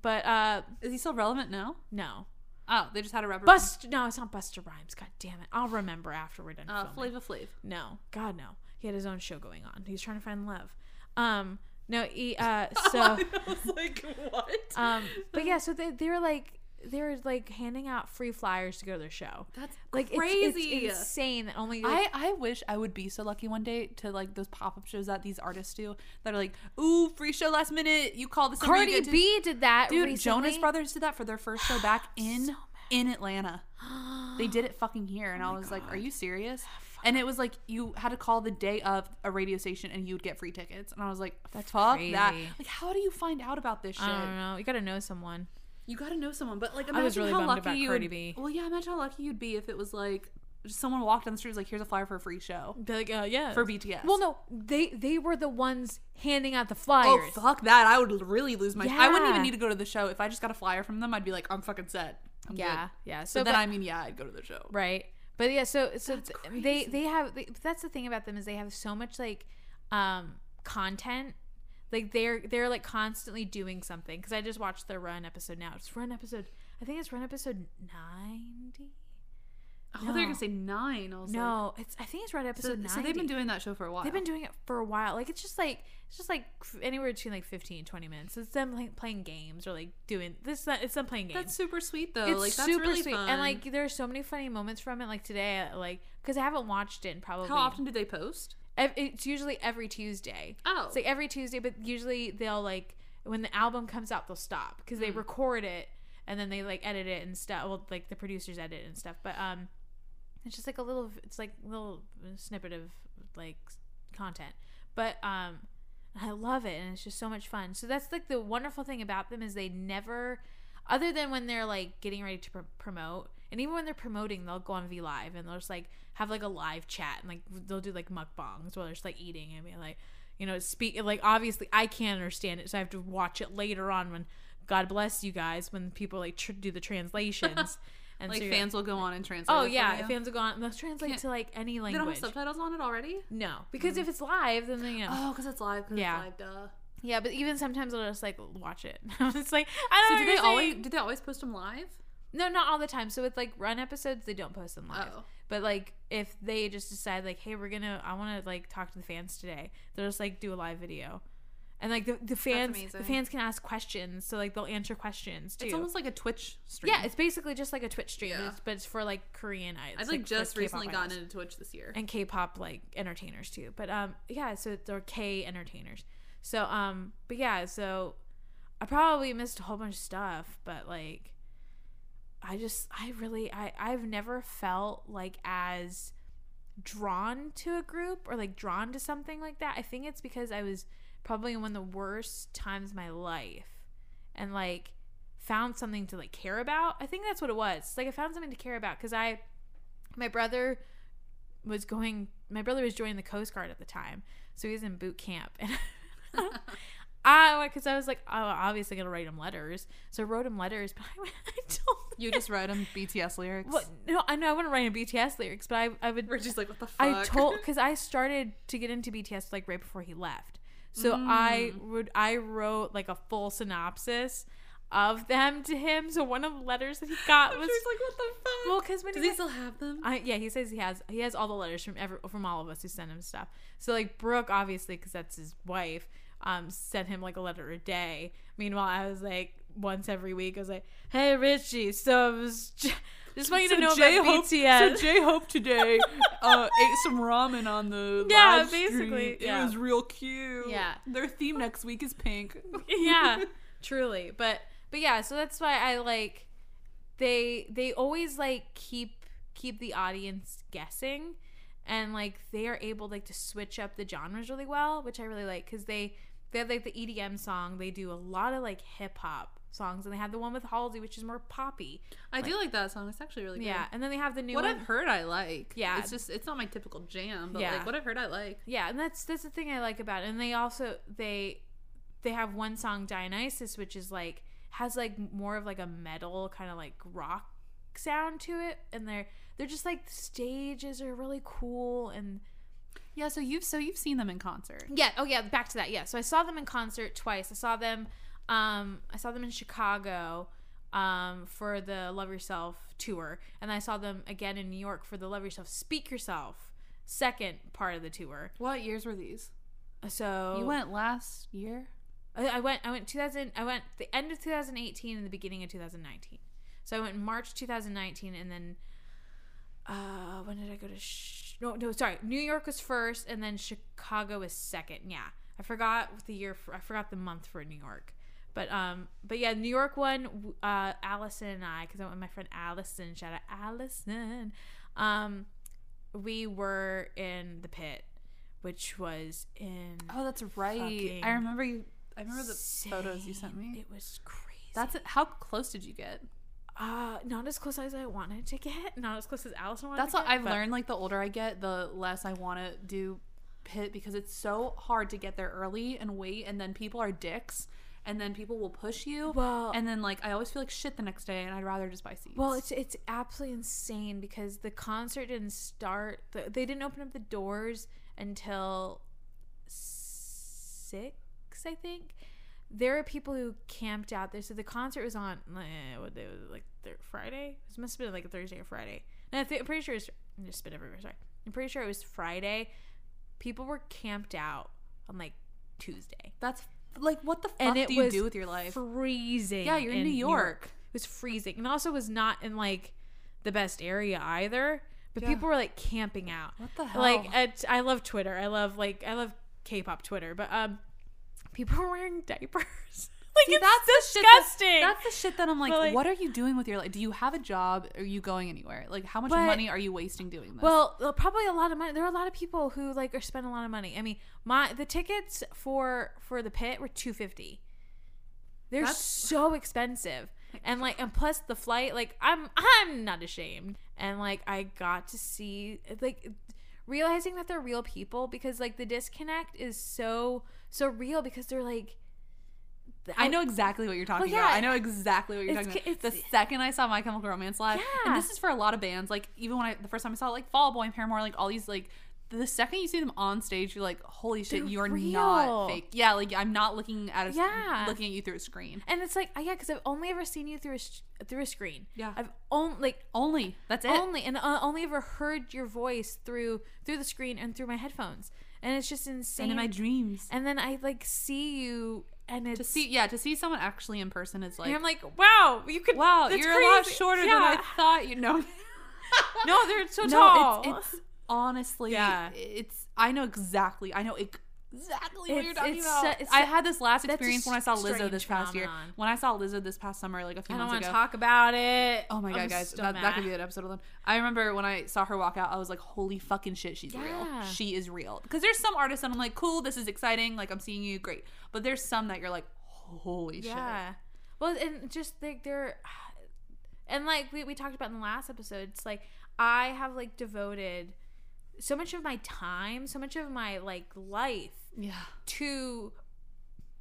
A: but uh,
B: is he still relevant now?
A: no.
B: Oh, they just had a rapper.
A: Bust. No, it's not Buster Rhymes. God damn it! I'll remember after we're done.
B: Uh,
A: filming.
B: Flava Flav.
A: No, God no. He had his own show going on. He's trying to find love. Um, no. He, uh, so,
B: I was like, what?
A: um, but yeah. So they they were like they were like handing out free flyers to go to their show.
B: That's
A: Like it's- it's
B: crazy.
A: insane that only like,
B: I, I wish I would be so lucky one day to like those pop up shows that these artists do that are like, ooh, free show last minute. You call this number, you get
A: Cardi
B: to-"
A: B did that.
B: Dude,
A: recently.
B: Jonas Brothers did that for their first show back in in Atlanta. They did it fucking here,
A: Oh
B: and I was like, "Are you serious?" And it was like you had to call the day of a radio station, and you would get free tickets. And I was like,
A: That's
B: "Fuck that!"
A: crazy.
B: Like, how do you find out about this shit?
A: I don't know. You got to know someone.
B: You gotta know someone, but like, imagine
A: I was really
B: how
A: bummed
B: lucky
A: about
B: you
A: Cardi
B: would,
A: B.
B: Well, yeah, imagine how lucky you'd be if it was like just someone walked down the street was like, "Here's a flyer for a free show
A: Be like, uh, yeah.
B: for BTS."
A: Well, no, they they were the ones handing out the
B: oh
A: flyers.
B: fuck that! I would l- really lose my. I wouldn't
A: Yeah.
B: even need to go to the show if I just got a flyer from them. I'd be like, "I'm fucking set." I'm
A: yeah,
B: good."
A: yeah.
B: So
A: So
B: then,
A: but-
B: I mean, yeah, I'd go to the show.
A: right, but yeah. So so
B: That's
A: th- they
B: crazy.
A: they have they, that's the thing about them is they have so much like um content. Like they're they're like constantly doing something because I just watched their run episode now. It's run episode. I think it's run episode ninety.
B: Oh, they're gonna say nine. I was like,
A: no, it's I think it's right at
B: so,
A: episode nine.
B: so they've been doing that show for a while.
A: They've been doing it for a while. Like it's just like it's just like f- anywhere between like 15 and 20 minutes. It's them like playing games or like doing this it's them playing games.
B: that's super sweet though.
A: it's
B: like that's
A: super
B: really
A: sweet.
B: fun.
A: And like there are so many funny moments from it like today like cuz I haven't watched it in probably
B: how often do they post?
A: Ev- it's usually every Tuesday.
B: Oh,
A: It's like every Tuesday, but usually they'll like when the album comes out, they'll stop because
B: Hmm.
A: they record it and then they like edit it and stuff. Well, like the producers edit it and stuff, but um, it's just like a little, it's like a little snippet of like s- content. But um, I love it and it's just so much fun. So that's like the wonderful thing about them is they never, other than when they're like getting ready to pr- promote. And even when they're promoting, they'll go on V Live and they'll just like have like a live chat and like they'll do like mukbangs while they're just like eating and be like, you know, speak like obviously I can't understand it, so I have to watch it later on when God bless you guys when people like tr- do the translations and
B: like
A: so you're
B: fans will go on and translate.
A: Oh
B: it for
A: yeah,
B: you.
A: fans are gone. They'll translate
B: Can't-
A: to like any
B: they don't have
A: language.
B: subtitles on it already.
A: no, because if it's live, then you know.
B: Oh, because it's live. Because
A: Yeah.
B: it's live. Duh.
A: Yeah, but even sometimes I'll just like watch it. it's like I
B: So do
A: don't know.
B: they always do they always post them live?
A: No, not all the time. So with like run episodes, they don't post them live.
B: Oh.
A: But like if they just decide like, hey, we're gonna, I want to like talk to the fans today, they'll just like do a live video, and like the, the fans, the
B: amazing.
A: fans can ask questions. So like they'll answer questions too.
B: It's almost like a Twitch stream.
A: yeah, it's basically just like a Twitch stream,
B: Yeah.
A: but, it's, but it's for like Korean idols.
B: I've like,
A: for
B: just
A: K-pop
B: recently
A: idols.
B: gotten into Twitch this year.
A: and K-pop like entertainers too. But um yeah, so they're K entertainers. So um but yeah, so I probably missed a whole bunch of stuff, but like I just I really I I've never felt like as drawn to a group or like drawn to something like that. I think it's because I was probably in one of the worst times of my life and like found something to like care about. I think that's what it was. Like I found something to care about cuz I my brother was going my brother was joining the coast guard at the time so he was in boot camp and i because i was like oh obviously gonna write him letters so i wrote him letters but i, I told
B: You just read them BTS lyrics.
A: what no i know i wouldn't write him bts lyrics but i, I would
B: We're just like what the fuck.
A: I told because I started to get into BTS like right before he left, so I
B: Mm.
A: would I wrote like a full synopsis of them to him. So one of the letters that he got
B: I'm
A: was
B: sure he's like what the fuck.
A: well because when
B: Does
A: he
B: he still have them?
A: I, yeah, he says he has he has all the letters from every from all of us who sent him stuff. So like Brooke, obviously, because that's his wife, um, sent him like a letter a day. Meanwhile, I was like once every week, I was like, "Hey Richie, so I was j- just want you to know about BTS."
B: J Hope today uh, ate some ramen on the
A: Yeah, live stream. basically, It yeah. was
B: real cute.
A: Yeah.
B: Their theme next week is pink.
A: yeah, truly. But but yeah, so that's why I like they they always like keep keep the audience guessing and like they are able like to switch up the genres really well, which I really like cuz they they have like the EDM song, they do a lot of like hip hop songs and they have the one with Halsey which is more poppy.
B: I do like that song. It's actually really good.
A: Yeah, and then they have the new
B: What
A: one
B: I've heard, I like.
A: Yeah.
B: It's just it's not my typical jam, but
A: Yeah.
B: like what I've heard, I like.
A: Yeah, and that's that's the thing I like about it. And they also they they have one song Dionysus, which is like has like more of like a metal kind of like rock sound to it, and they're they're just like the stages are really cool and
B: Yeah. So you've so you've seen them in concert.
A: yeah oh yeah back to that yeah so I saw them in concert twice I saw them um I saw them in Chicago um for the Love Yourself tour and I saw them again in New York for the Love Yourself Speak Yourself second part of the tour
B: What years were these? Oh.
A: so
B: You went last year.
A: I I went. I went 2000. I went the end of 2018 and the beginning of 2019. So I went March 2019, and then uh, when did I go to? Sh- no, no, sorry. New York was first, and then Chicago was second. Yeah, I forgot what the year. For, I forgot the month for New York. But um, but yeah, New York one. w- Uh, Allison and I, because I went with my friend Allison. Shout out Allison. Um, we were in the pit, which was in
B: Oh, that's right.
A: Fucking
B: I remember you. I remember the photos you sent
A: insane.
B: me.
A: It was crazy.
B: That's it. How close did you get?
A: uh, not as close as I wanted to get. Not as close as Allison wanted.
B: That's
A: to
B: what
A: get,
B: I've
A: but-
B: learned. Like the older I get, the less I want to do pit because it's so hard to get there early and wait, and then people are dicks, and then people will push you,
A: Well-
B: and then like I always feel like shit the next day, and I'd rather just buy seats.
A: Well, it's it's absolutely insane because the concert didn't start. The, they didn't open up the doors until six, I think. There are people who camped out there. So the concert was on eh, what day was it, like th- Friday. It must have been like a Thursday or Friday. And I think, I'm pretty sure it's just spit everywhere. Sorry, I'm pretty sure it was Friday. People were camped out on like Tuesday,
B: That's like what the fuck
A: and it
B: do you
A: was
B: do with your life?
A: freezing.
B: Yeah, you're in New York.
A: It was freezing, and also was not in like the best area either. But
B: Yeah.
A: people were like camping out.
B: What the
A: Like
B: hell?
A: at, I love Twitter. I love like I love K-pop Twitter, but um, people were wearing diapers. like it's
B: that's The
A: disgusting.
B: shit that, that's the shit that I'm like,
A: But, like-
B: what are you doing with your life? Do you have a job? Are you going anywhere? Like, how much
A: But-
B: money are you wasting doing this?
A: Well, uh, probably a lot of money. There are a lot of people who like are spending a lot of money. I mean, my the tickets for for the pit were two fifty. They're
B: That's-
A: so expensive, and like, and plus the flight. Like, I'm I'm not ashamed, and like I got to see like realizing that they're real people because like the disconnect is so so real because they're like.
B: I know exactly what you're talking
A: Well,
B: about.
A: yeah.
B: I know exactly what you're
A: It's-
B: talking about.
A: it's-
B: The second I saw My Chemical Romance live,
A: Yeah.
B: and this is for a lot of bands, like even when I the first time I saw like Fall Boy and Paramore, like all these like the second you see them on stage, you're like, holy shit,
A: They're
B: you are
A: real.
B: not fake. Yeah, like I'm not looking at a,
A: Yeah.
B: looking at you through a screen.
A: And it's like, oh, yeah, because I've only ever seen you through a sh- through a screen.
B: Yeah.
A: I've only like
B: Only that's it.
A: only and uh, only ever heard your voice through through the screen and through my headphones and it's just
B: and
A: insane
B: in my dreams,
A: And then i like see you and it's
B: to see yeah, to see someone actually in person is like,
A: and i'm like wow you could
B: wow,
A: that's
B: you're a lot
A: crazy."
B: shorter
A: Yeah.
B: than I thought. You know.
A: no they're so
B: No,
A: tall
B: it's, it's honestly,
A: Yeah.
B: It's I know exactly. I know ex- exactly what you're
A: It's-
B: talking
A: it's
B: about.
A: so- it's
B: I
A: so-
B: had this last
A: that's a
B: experience when I saw Lizzo
A: strange
B: this past
A: phenomenon.
B: year. When I saw Lizzo this past summer, like a few
A: i don't want
B: months
A: to
B: ago.
A: talk about it
B: Oh my
A: I'm
B: god, guys,
A: so
B: that, that could
A: mad.
B: be an episode alone. I remember when I saw her walk out, I was like, "Holy fucking shit, she's
A: Yeah.
B: real. She is real." Because there's some artists that I'm like, "Cool, this is exciting. Like, I'm seeing you, great." But there's some that you're like, "Holy shit."
A: yeah well and just like they're and like we, we talked about in the last episode it's like i have like devoted so much of my time so much of my like life
B: Yeah,
A: to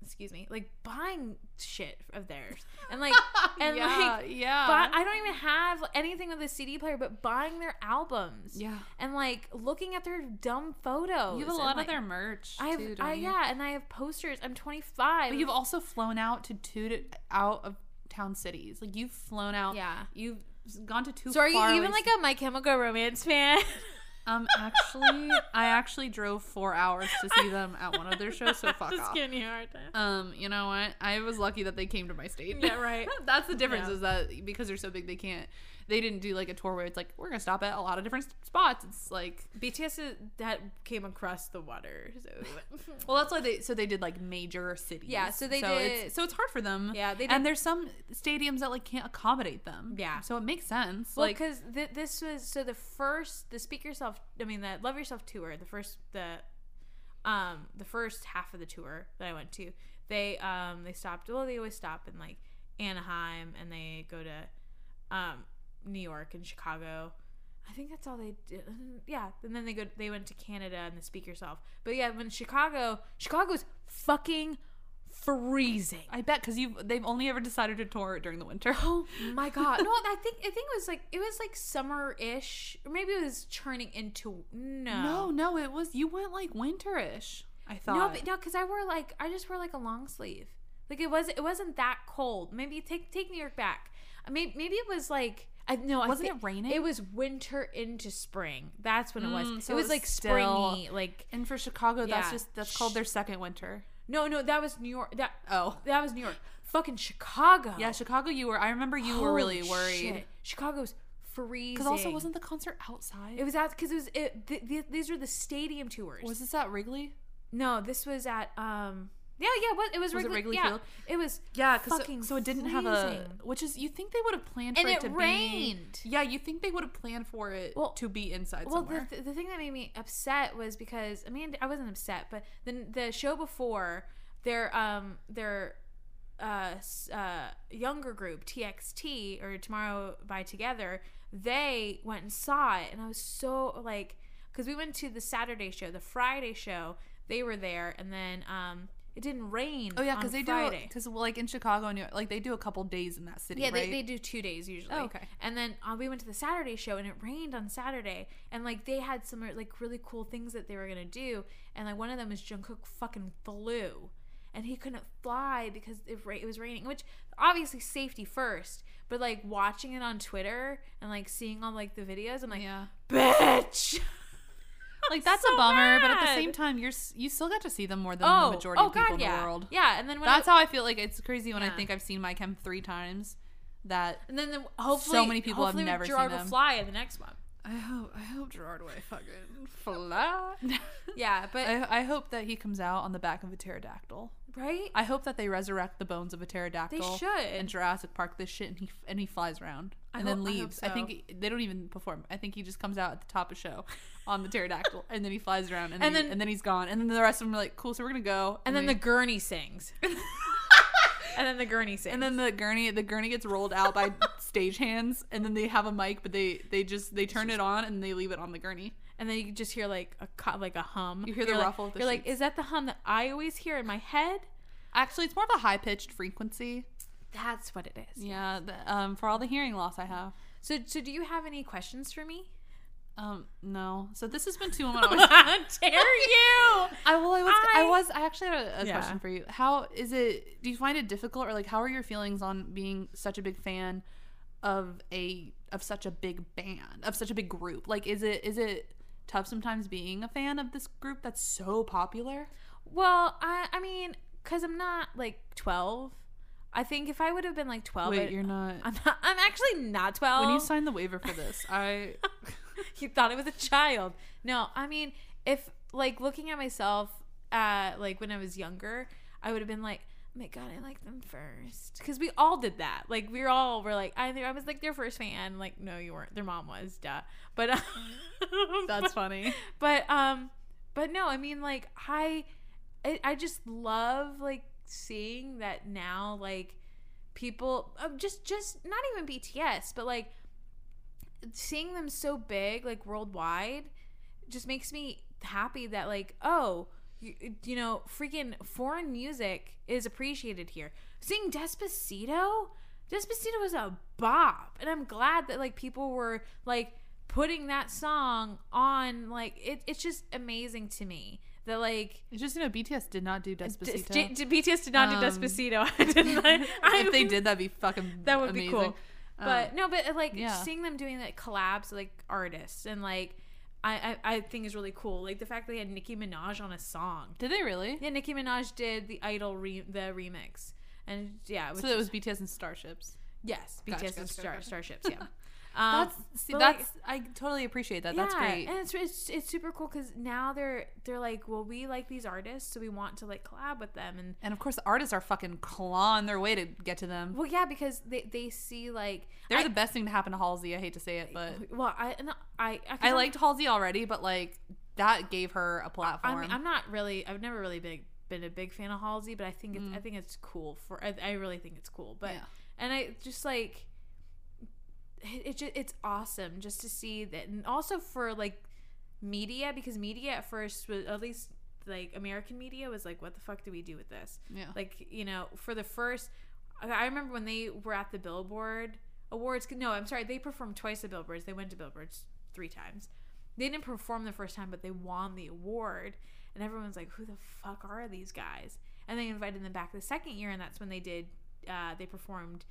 A: excuse me like buying shit of theirs and like and
B: yeah,
A: like
B: yeah,
A: buy, i don't even have anything with a cd player but buying their albums
B: yeah.
A: and like looking at their dumb photos
B: You have a
A: and,
B: lot
A: like,
B: of their merch.
A: i have
B: too, don't
A: I,
B: you?
A: yeah and i have posters i'm 25
B: But you've also flown out to two to, out of town cities. Like you've flown out.
A: Yeah.
B: You've gone to two.
A: so are you
B: far
A: even
B: away
A: like a my chemical romance fan
B: ci- um? Actually, I actually drove four hours to see them at one of their shows. So fuck
A: just
B: off.
A: giving you a hard time
B: Um, you know what? I was lucky that they came to my state.
A: Yeah, right.
B: That's the difference
A: Yeah.
B: is that because they're so big, they can't. They didn't do like a tour where it's like we're gonna stop at a lot of different s- spots. It's like
A: bts is, that came across the water so
B: Well, that's why they so they did like major cities.
A: Yeah, so they did-
B: It's, so it's hard for them.
A: Yeah, they did-
B: and there's some stadiums that like can't accommodate them.
A: Yeah.
B: so it makes sense.
A: Well,
B: like,
A: because th- this was so the first the Speak Yourself, I mean the Love Yourself tour, the first the um the first half of the tour that I went to, they um they stopped. Well, they always stop in like Anaheim, and they go to um New York and Chicago. I think that's all they did. Yeah, and then they go. They went to Canada and the Speak Yourself. But yeah, when Chicago, Chicago's fucking freezing.
B: I bet because you they've only ever decided to tour during the winter. Oh
A: my god no i think i think it was like it was like summer-ish or maybe it was churning into
B: no,
A: no
B: no, it was you went like winterish. I thought.
A: no but no because i wore like i just wore like a long sleeve like it was it wasn't that cold maybe take take new york back maybe maybe it was like I, no,
B: Wasn't
A: I
B: it
A: think
B: raining?
A: It was winter into spring. That's when it was.
B: Mm, so it
A: it was
B: was
A: like
B: still-
A: springy. Like
B: and for Chicago,
A: Yeah.
B: that's just that's called their second winter.
A: no, no, that was New York. That
B: Oh,
A: that was New York. Fucking Chicago.
B: yeah, Chicago. You were. I remember you were really
A: Holy
B: worried
A: shit. Chicago's freezing.
B: because also wasn't the concert outside?
A: It was at because it was it, th- th- these were the stadium tours.
B: was this at Wrigley?
A: no, this was at um yeah yeah what it was,
B: Was it
A: Wrigley,
B: Wrigley
A: yeah,
B: Field?
A: It was
B: Yeah, because
A: fucking
B: so, so it didn't have a
A: freezing.
B: which is you think they would have planned
A: And
B: for it,
A: it
B: to
A: rained.
B: be yeah you think they would have planned for it
A: Well-
B: to be inside
A: well
B: somewhere
A: the, th- the thing that made me upset was because Amanda I wasn't upset but the the show before their um their uh, s- uh younger group TXT or Tomorrow by Together they went and saw it and I was so like because we went to the Saturday show the Friday show they were there and then um it didn't rain
B: oh yeah
A: on
B: because they do
A: Friday.
B: because like in Chicago and New York, like they do a couple days in that city
A: Yeah,
B: right
A: they, they do two days usually.
B: Oh, okay.
A: And then uh, we went to the Saturday show and it rained on Saturday. And like they had some like really cool things that they were gonna do. And like one of them was Jungkook fucking flew. and he couldn't fly because it, ra- it was raining which obviously safety first but like watching it on twitter and like seeing all like the videos i'm like
B: yeah.
A: bitch
B: Like that's
A: So
B: a bummer, but at the
A: bad.
B: same time, you're s- you still got to see them more than
A: oh
B: the majority
A: oh
B: of people in
A: god yeah
B: the world.
A: yeah and then when
B: That's
A: I,
B: how I feel. Like it's crazy when
A: Yeah.
B: I think I've seen my chem three times. That
A: and then the, hopefully
B: many people have
A: hopefully
B: never seen
A: Gerard will
B: them.
A: fly in the next one
B: I hope I hope Gerard way fucking fly.
A: yeah but
B: I, I hope that he comes out on the back of a pterodactyl.
A: right
B: I hope that they resurrect the bones of a pterodactyl.
A: should.
B: in Jurassic Park this shit, and he and he flies around
A: I
B: and then
A: hope- I hope
B: leaves. I, think
A: so.
B: he- they don't even perform. I think he just comes out at the top of show on the pterodactyl, and then he flies around, and,
A: And
B: then
A: then-
B: and then he's gone, and then the rest of them are like, "Cool, so we're gonna go."
A: and then the gurney sings and then the gurney sings
B: and then the gurney the gurney gets rolled out by stagehands, and then they have a mic, but they they just they turn it on and they leave it on the gurney.
A: and then you could just hear like a co- like a hum.
B: You hear the
A: You're like-
B: ruffle of the
A: You're like,
B: sheets.
A: is that the hum that I always hear in my head?
B: Actually, it's more of a high pitched frequency.
A: That's what it is.
B: Yeah, the, um, for all the hearing loss I have.
A: So, so do you have any questions for me?
B: Um, no. So this has been two women always.
A: How dare you?
B: I well, I was, I,
A: I-
B: was, I actually had a, a
A: Yeah.
B: question for you. How is it? Do you find it difficult, or like, how are your feelings on being such a big fan of a of such a big band of such a big group? Like, is it is it tough sometimes being a fan of this group that's so popular?
A: Well, I, I mean, because I'm not like 12. I think if I would have been like 12,
B: Wait,
A: I'd-
B: you're not.
A: I'm, not, I'm actually not 12.
B: when you signed the waiver for this, I
A: he thought it was a child. No, I mean, if like looking at myself, uh, like when I was younger, I would have been like, oh "My God, I like them first. because we all did that. Like we all were like, "I, I was like their first fan." Like, no, you weren't. Their mom was, duh. But uh,
B: that's funny.
A: but um, but no, I mean, like I, I, I just love like seeing that now, like people um, just just not even BTS, but like seeing them so big like worldwide just makes me happy that like oh you, you know freaking foreign music is appreciated here seeing despacito despacito was a bop and i'm glad that like people were like putting that song on like it, it's just amazing to me that like
B: It's just you know, BTS did not do Despacito.
A: D- D- bts did not do
B: Um,
A: despacito i didn't I,
B: if they did, that'd be fucking.
A: that would
B: amazing.
A: be cool.
B: Um,
A: But no, but uh, like
B: yeah.
A: seeing them doing like collabs, with, like artists, and like I, I I think is really cool. Like the fact that they had Nicki Minaj on a song.
B: Did they really?
A: Yeah, Nicki Minaj did the Idol re- the remix, and yeah, which
B: So
A: is-
B: it was BTS and Starships.
A: yes, BTS
B: Gotcha,
A: and
B: gotcha,
A: Star,
B: gotcha.
A: Starships. Yeah, um,
B: that's see,
A: but, like-
B: that's I totally appreciate that. That's
A: yeah,
B: great.
A: and it's it's, it's super cool because now they're they're like, well, we like these artists, so we want to like collab with them, and
B: And of course, the artists are fucking clawing their way to get to them.
A: well, yeah, because they they see like
B: They're
A: I-
B: the best thing to happen to Halsey. I hate to say it, but
A: well, I no, Uh, I I,
B: I
A: I'm-
B: liked Halsey already, but like that gave her a platform.
A: I mean, I'm not really. I've never really big been a big fan of Halsey, but I think it's, I think it's cool for. I, I really think it's cool, but
B: Yeah.
A: and I just like it, it. ju- It's awesome just to see that, and also for like media because media at first was at least like American media was like, what the fuck do we do with this?
B: yeah.
A: Like you know, for the first, I- I remember when they were at the Billboard Awards. No, I'm sorry, they performed twice the Billboards. They went to Billboards three times. They didn't perform the first time, but they won the award, and everyone's like, "Who the fuck are these guys?" And they invited them back the second year, and that's when they did. Uh, they performed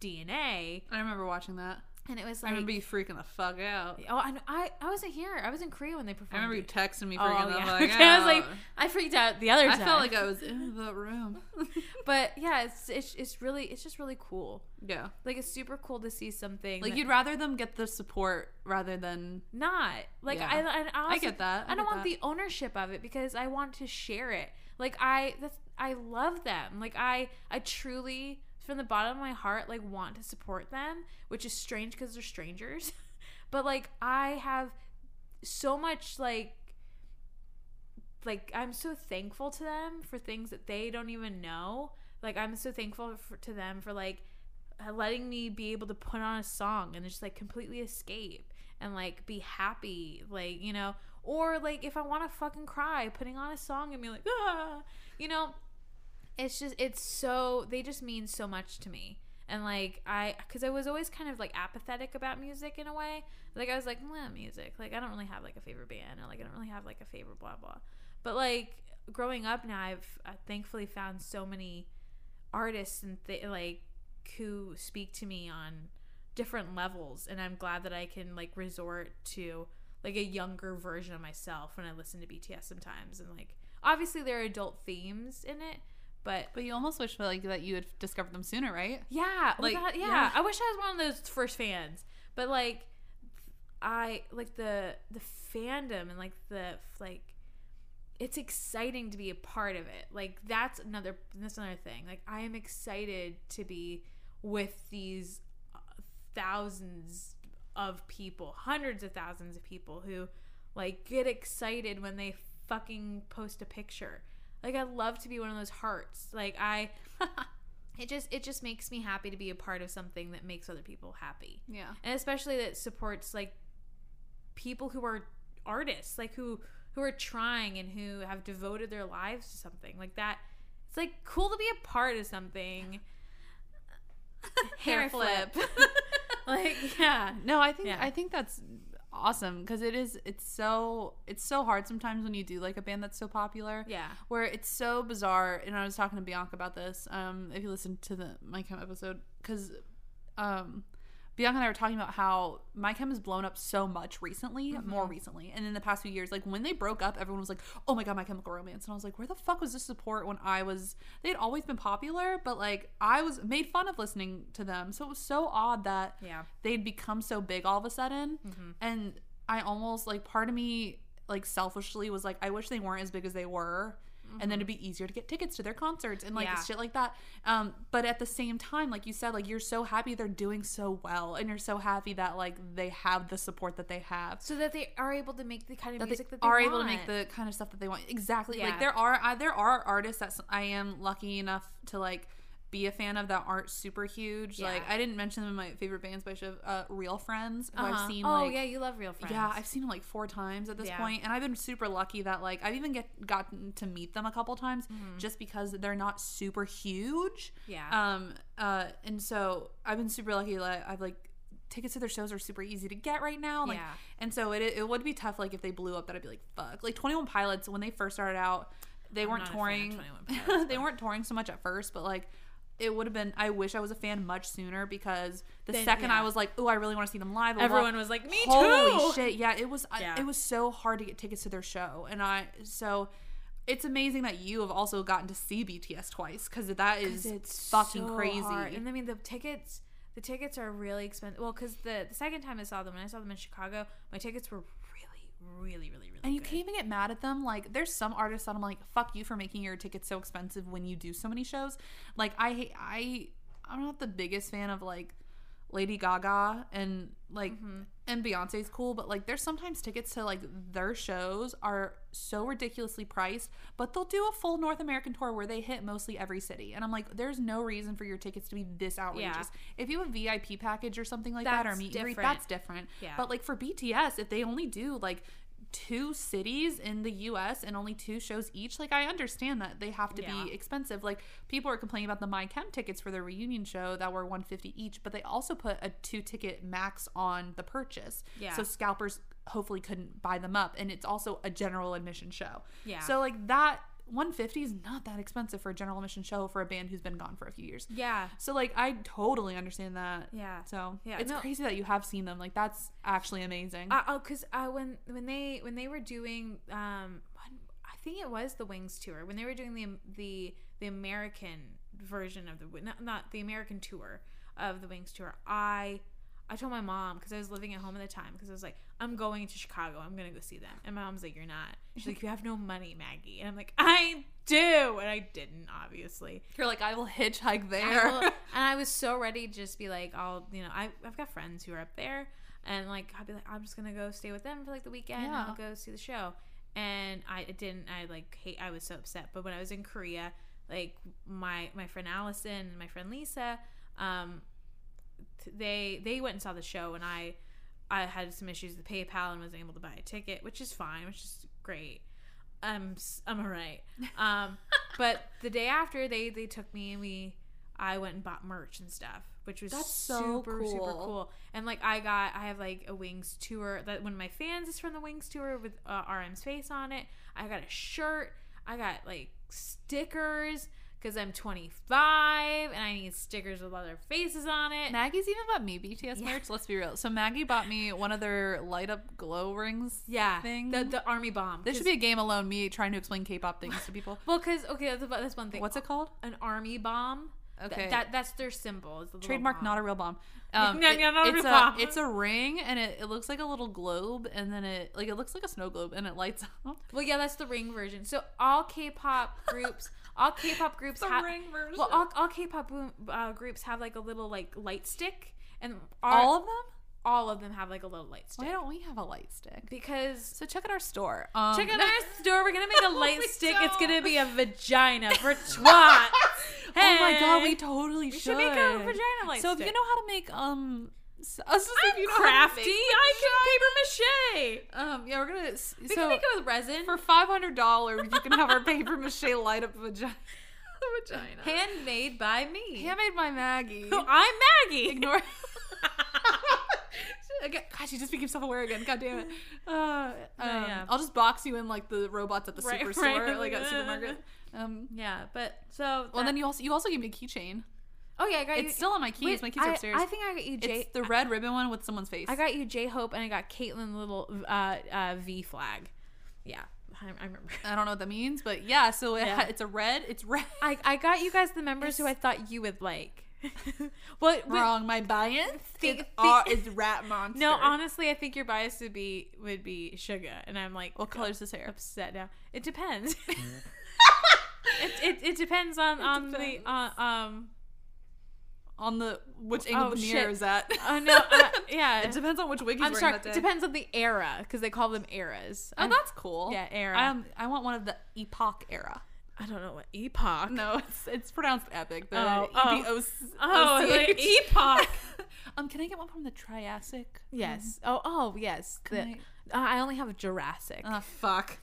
A: DNA,
B: I remember watching that.
A: and it was
B: I
A: like,
B: remember you freaking the fuck out.
A: "Oh, and I, I wasn't here. I was in Korea when they performed."
B: I remember you
A: it.
B: texting me
A: Oh
B: freaking the
A: yeah,
B: fuck out.
A: I was like, I freaked out the other
B: "Oh." I
A: time.
B: felt like I was in the room.
A: but yeah, it's, it's it's really it's just really cool.
B: yeah.
A: Like it's super cool to see something
B: Like
A: that-
B: you'd rather them get the support rather than
A: not like
B: Yeah.
A: I, I, I, also-
B: get that. I
A: I, don't
B: get
A: want the ownership of it because I want to share it. Like I that's I love them. Like I I truly from the bottom of my heart like want to support them, which is strange because they're strangers. but like I have so much like like I'm so thankful to them for things that they don't even know. Like I'm so thankful for, to them for like uh, letting me be able to put on a song and just like completely escape and like be happy, like you know, or like if I want to fucking cry, putting on a song and be like ah, you know, it's just it's so they just mean so much to me. And like I, because I was always kind of like apathetic about music in a way. Like I was like, meh, music. Like I don't really have like a favorite band, or like I don't really have like a favorite blah blah. But like growing up now, I've uh, thankfully found so many artists and th- like who speak to me on different levels, and I'm glad that I can like resort to like a younger version of myself when I listen to BTS sometimes, and like obviously there are adult themes in it, but
B: But you almost wish like that you had discovered them sooner, right?
A: yeah,
B: Like,
A: like yeah.
B: yeah.
A: I wish I was one of those first fans, but like, I like the the fandom and like the like, it's exciting to be a part of it. Like that's another that's another thing. Like I am excited to be with these uh, thousands of people, hundreds of thousands of people who like get excited when they fucking post a picture. Like I love to be one of those hearts. Like I it just it just makes me happy to be a part of something that makes other people happy
B: Yeah.
A: and especially that supports like people who are artists like who who are trying and who have devoted their lives to something like that it's like cool to be a part of something hair flip like yeah
B: No, I think
A: Yeah.
B: I think that's awesome because it is it's so it's so hard sometimes when you do like a band that's so popular
A: yeah
B: where it's so bizarre and i was talking to bianca about this um if you listen to the my chem episode because um bianca and i were talking about how my chem has blown up so much recently
A: Mm-hmm.
B: more recently and in the past few years like when they broke up everyone was like oh my god my chemical romance and i was like where the fuck was this support when i was they had always been popular but like i was made fun of listening to them so it was so odd that
A: yeah Mm-hmm.
B: they'd become so big all of a sudden and i almost like part of me like selfishly was like i wish they weren't as big as they were and then it'd be easier to get tickets to their concerts and like
A: Mm-hmm. Yeah.
B: shit like that um but at the same time like you said like you're so happy they're doing so well and you're so happy that like they have the support that they have
A: so that they are able to make the kind of
B: that they
A: music that they
B: are able to make
A: want.
B: the kind of stuff that they want. Exactly. Like
A: Yeah.
B: there are I, there are artists that s- I am lucky enough to like be a fan of that aren't super huge. Like
A: Yeah.
B: I didn't mention them in my favorite bands, but I should have uh, Real Friends. Who
A: Uh-huh.
B: I've seen
A: oh
B: like
A: yeah you love real friends
B: yeah, I've seen them like four times at this
A: Yeah.
B: point, and I've been super lucky that like I've even get gotten to meet them a couple times
A: Mm-hmm.
B: just because they're not super huge.
A: Yeah.
B: Um. Uh. And so I've been super lucky that I've like tickets to their shows are super easy to get right now. Like,
A: Yeah.
B: And so it it would be tough like if they blew up that I'd be like fuck. Like Twenty One Pilots when they first started out, they weren't
A: not a fan of
B: touring.
A: 21 Pilots,
B: they weren't touring so much at first, but like. It would have been. I wish I was a fan much sooner because the
A: Then-
B: second I
A: yeah.
B: was like, "Oh, I really want to see them live," blah, blah, blah,
A: everyone was like me
B: Holy
A: too
B: shit! Yeah, it was. I-
A: Yeah.
B: it was so hard to get tickets to their show, and I so it's amazing that you have also gotten to see BTS twice because that is
A: it's
B: fucking
A: so
B: crazy.
A: hard. And I mean, the tickets, the tickets are really expensive. Well, because the, the second time I saw them, when I saw them in Chicago, my tickets were really, really, really, really.
B: And you
A: good.
B: can't even get mad at them. Like, there's some artists that I'm like, fuck you for making your tickets so expensive when you do so many shows. Like, I hate, I, I'm not the biggest fan of like Lady Gaga and like, and Beyonce's cool, but like, there's sometimes tickets to like their shows are so ridiculously priced, but they'll do a full North American tour where they hit mostly every city. And I'm like, there's no reason for your tickets to be this outrageous. If you have a VIP package or something like that, or
A: That's
B: meet and greet,
A: different.
B: that's different.
A: Yeah.
B: But like for BTS, if they only do like two cities in the US and only two shows each, like I understand that they have to
A: Yeah.
B: be expensive. Like people are complaining about the My Chem tickets for their reunion show that were 150 each, but they also put a two ticket max on the purchase.
A: Yeah.
B: So scalpers hopefully couldn't buy them up and it's also a general admission show.
A: Yeah.
B: So like that 150 is not that expensive for a general admission show for a band who's been gone for a few years.
A: Yeah,
B: So like I totally understand that.
A: yeah.
B: So
A: Yeah,
B: it's
A: no.
B: crazy that you have seen them. Like that's actually amazing.
A: I, oh, because uh, when when they when they were doing um, when, I think it was the Wings tour when they were doing the um, the the American version of the not, not the American tour of the Wings tour. I I told my mom because I was living at home at the time because I was like I'm going to Chicago. I'm gonna go see them. And my mom's like You're not. She's like You have no money, Maggie. And I'm like I do, and I didn't obviously.
B: You're like, I will hitchhike there.
A: I will- and I was so ready to just be like, I'll, you know, I, I've got friends who are up there, and like, I'd be like, I'm just gonna go stay with them for like the weekend, and
B: Yeah.
A: I'll go see the show. And I it didn't. I like hate. I was so upset. But when I was in Korea, like my my friend Allison and my friend Lisa, um, t- they they went and saw the show, and I I had some issues with PayPal and wasn't able to buy a ticket, which is fine, which is great. I'm s- I'm alright. Um, but the day after, they they took me and we I went and bought merch and stuff, which was
B: That's so
A: super super
B: cool.
A: cool. And like I got I have like a Wings tour that one of my fans is from the Wings tour with uh, RM's face on it. I got a shirt. I got like stickers because I'm 25 and I need stickers with all their faces on it.
B: Maggie's even bought me BTS
A: Yeah.
B: merch. Let's be real. So Maggie bought me one of their light up glow rings.
A: yeah,
B: thing.
A: the the army bomb.
B: This should
A: 'Cause-
B: be a game alone. Me trying to explain K-pop things to people.
A: well, because okay, that's, about- that's one thing.
B: What's it called?
A: An army bomb. oh, Th-
B: Okay.
A: that that's their symbol. It's the little
B: Trademark,
A: bomb.
B: not a real bomb. Um,
A: No, no, not a
B: it's
A: real bomb.
B: It's a ring, and it, it looks like a little globe, and then it like it looks like a snow globe, and it lights up.
A: Well, yeah, that's the ring version. So all K-pop groups, all K-pop groups
B: The
A: have.
B: ring version.
A: Well, all, all K-pop boom- uh, groups have like a little like light stick, and our,
B: all
A: all
B: of them.
A: all of them have like a little light stick.
B: Why don't we have a light stick?
A: Because
B: So check out our store. Um, Oh
A: check out our store, we're gonna make a light
B: We
A: stick. It's gonna
B: don't.
A: be a vagina for twat.
B: Oh my god,
A: Hey.
B: we totally
A: we
B: should.
A: should make a vagina light
B: So if
A: stick.
B: you know how to make um, s- us if you know how to
A: crafty,
B: make-
A: I can paper mache.
B: Um, yeah, we're gonna. s-
A: We
B: so
A: can make it with resin,
B: for five hundred dollars, you can have our paper mache light up vagina. vagina.
A: handmade by me.
B: Handmade by Maggie.
A: Who- I'm Maggie.
B: Ignore. Okay, God, she just became self-aware again. God damn it. Uh, um,
A: yeah.
B: I'll just box you in like the robots at the
A: Right,
B: superstore,
A: right.
B: like at supermarket. Um,
A: Yeah, but so.
B: well,
A: that-
B: then you also you also gave me a keychain.
A: Oh yeah, I got you.
B: It's still on my keys.
A: Wait,
B: my keys are
A: I-
B: upstairs.
A: I, think I got you J.
B: it's the red ribbon one with someone's face.
A: I got you J Hope, and I got Caitlyn Little uh, uh, V flag. Yeah, I, I remember.
B: I don't know what that means, but yeah. So it
A: Yeah.
B: ha- it's a red. It's red.
A: I, I got you guys the members who I thought you would like. what? what
B: Wrong. My bias
A: Think-
B: is,
A: think-
B: R- is rat monster.
A: no, honestly, I think your bias would be would be Suga, and I'm like
B: What color is his hair?
A: upset now. It depends. it, it, it depends on on
B: depends.
A: the uh, um.
B: On the which angle
A: Oh,
B: the mirror
A: shit.
B: is at.
A: Oh no! Uh, yeah,
B: it depends on which wig he's
A: I'm
B: wearing
A: sorry.
B: that day.
A: It depends on the era because they call them eras.
B: Oh,
A: I'm-
B: that's cool.
A: yeah, era.
B: I, um, I want one of the epoch era.
A: I don't know what epoch.
B: No, it's it's pronounced epic, E but
A: Oh, oh.
B: E-P-O-C-
A: Oh,
B: O-C-H.
A: like epoch.
B: um, can I get one from the Triassic?
A: Yes. Oh, oh, yes. The,
B: Can
A: I, uh, I only have Jurassic.
B: Ah, fuck.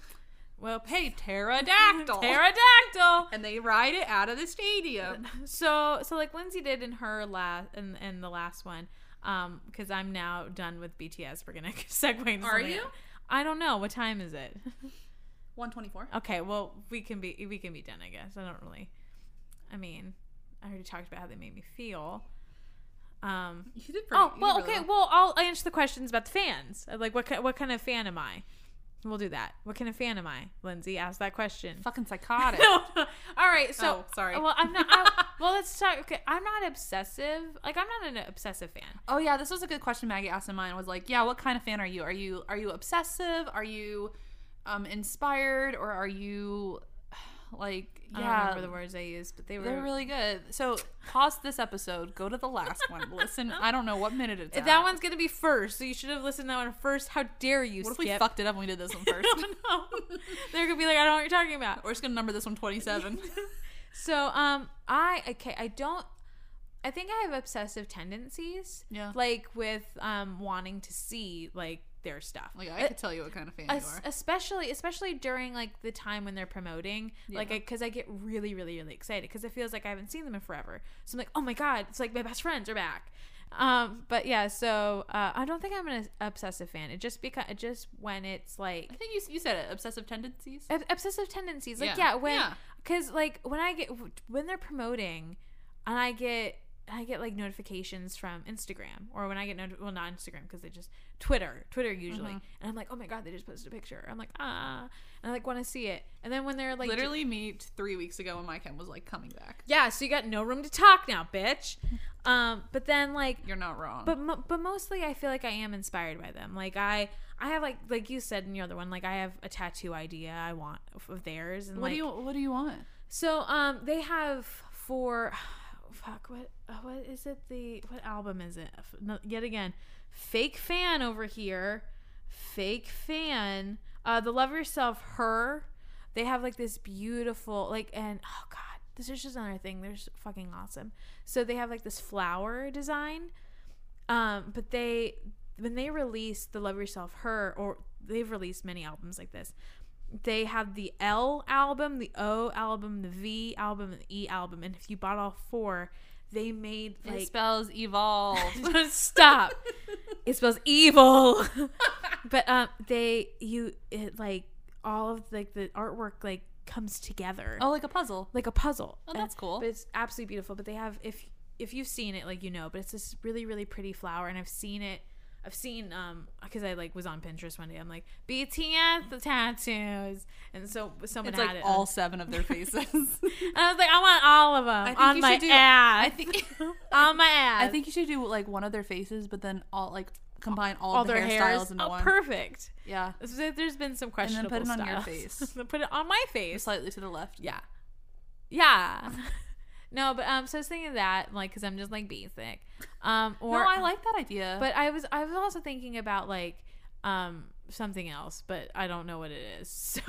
A: well,
B: Hey, pterodactyl.
A: pterodactyl.
B: and they ride it out of the stadium.
A: So, so like Lindsay did in her last, in, in the last one, um, because I'm now done with BTS. We're gonna segue. into
B: Are
A: something
B: you?
A: else. I don't know. What time is it?
B: One twenty-four.
A: Okay. Well, we can be we can be done. I guess. I don't really. I mean, I already talked about how they made me feel. Um,
B: You did
A: Oh well, okay. Well, I'll answer the questions about the fans. Like, what ki- what kind of fan am I? We'll do that. What kind of fan am I? Lindsay asked that question.
B: fucking psychotic.
A: No, no. All right. So
B: Oh, sorry.
A: Well, I'm not. I, well, let's talk. Okay, I'm not obsessive. Like, I'm not an obsessive fan.
B: Oh yeah, this was a good question Maggie asked in mine. Was like, yeah, what kind of fan are you? Are you are you obsessive? Are you um inspired or are you like
A: I don't
B: yeah?
A: remember the words I used, but they were
B: They're really good. So pause this episode, go to the last one, listen. I don't know what minute it's
A: That
B: at.
A: one's gonna be first, so you should have listened to that one first. How dare you
B: What if
A: skip?
B: we fucked it up and we did this one first?
A: I don't know. They're gonna be like, I don't know what you're talking about.
B: We're just gonna number this one twenty-seven.
A: So um I okay, I don't I think I have obsessive tendencies.
B: Yeah.
A: Like with um wanting to see like their stuff.
B: like I could tell you what kind of fan you
A: Es-
B: are.
A: especially especially during like the time when they're promoting like
B: Yeah.
A: because I, get really really really excited because it feels like i haven't seen them in forever so i'm like oh my god it's like my best friends are back um but yeah so uh, i don't think i'm an obsessive fan it just because it just when it's like
B: I think you you said it. Obsessive tendencies.
A: Ob- obsessive tendencies like
B: Yeah.
A: yeah, when
B: Yeah.
A: because like when i get when they're promoting and i get i get like notifications from instagram or when i get noti- well not instagram because they just twitter twitter usually
B: Mm-hmm.
A: and i'm like oh my god they just posted a picture i'm like ah and i like want to see it and then when they're like
B: Literally, me t- three weeks ago when my chem was like coming back.
A: yeah so you got no room to talk now bitch um but then like
B: You're not wrong.
A: but mo- but mostly I feel like I am inspired by them. Like I I have like like you said in your other one, like I have a tattoo idea I want of- of theirs and
B: what
A: like
B: do you what do you want?
A: So um, they have for fuck what uh, what is it the what album is it F- no, yet again fake fan over here fake fan uh the love yourself her they have like this beautiful like and oh god this is just another thing they're s- fucking awesome so they have like this flower design um but they when they released the love yourself her or they've released many albums like this they have the L album, the O album, the V album, and the E album. And if you bought all four, they made
B: it
A: like
B: spells evolve.
A: stop. it spells evil. but um, they you it like all of like the artwork like comes together
B: Oh, like a puzzle.
A: like a puzzle.
B: Oh, that's
A: And-
B: cool.
A: But it's absolutely beautiful. But they have if if you've seen it, like you know, but it's this really really pretty flower, and I've seen it. I've seen um because I like was on Pinterest one day. I'm like BTS the tattoos, and so someone
B: It's
A: had
B: like
A: it.
B: all seven of their faces.
A: and I was like, I want all of them
B: think
A: on
B: you
A: my
B: should do-
A: ass.
B: I think
A: on my ass.
B: I think you should do like one of their faces, but then all like combine all,
A: all
B: the
A: their
B: hairstyles
A: hairs.
B: into
A: Oh,
B: one.
A: perfect.
B: yeah,
A: So there's been some
B: then
A: questionable
B: put it on your
A: styles.
B: face.
A: put it on my face.
B: slightly to the left.
A: Yeah. Yeah. no, but um, so I was thinking of that, like, because I'm just like basic. Um, or
B: no, I like that idea.
A: But I was I was also thinking about like um something else, but I don't know what it is, so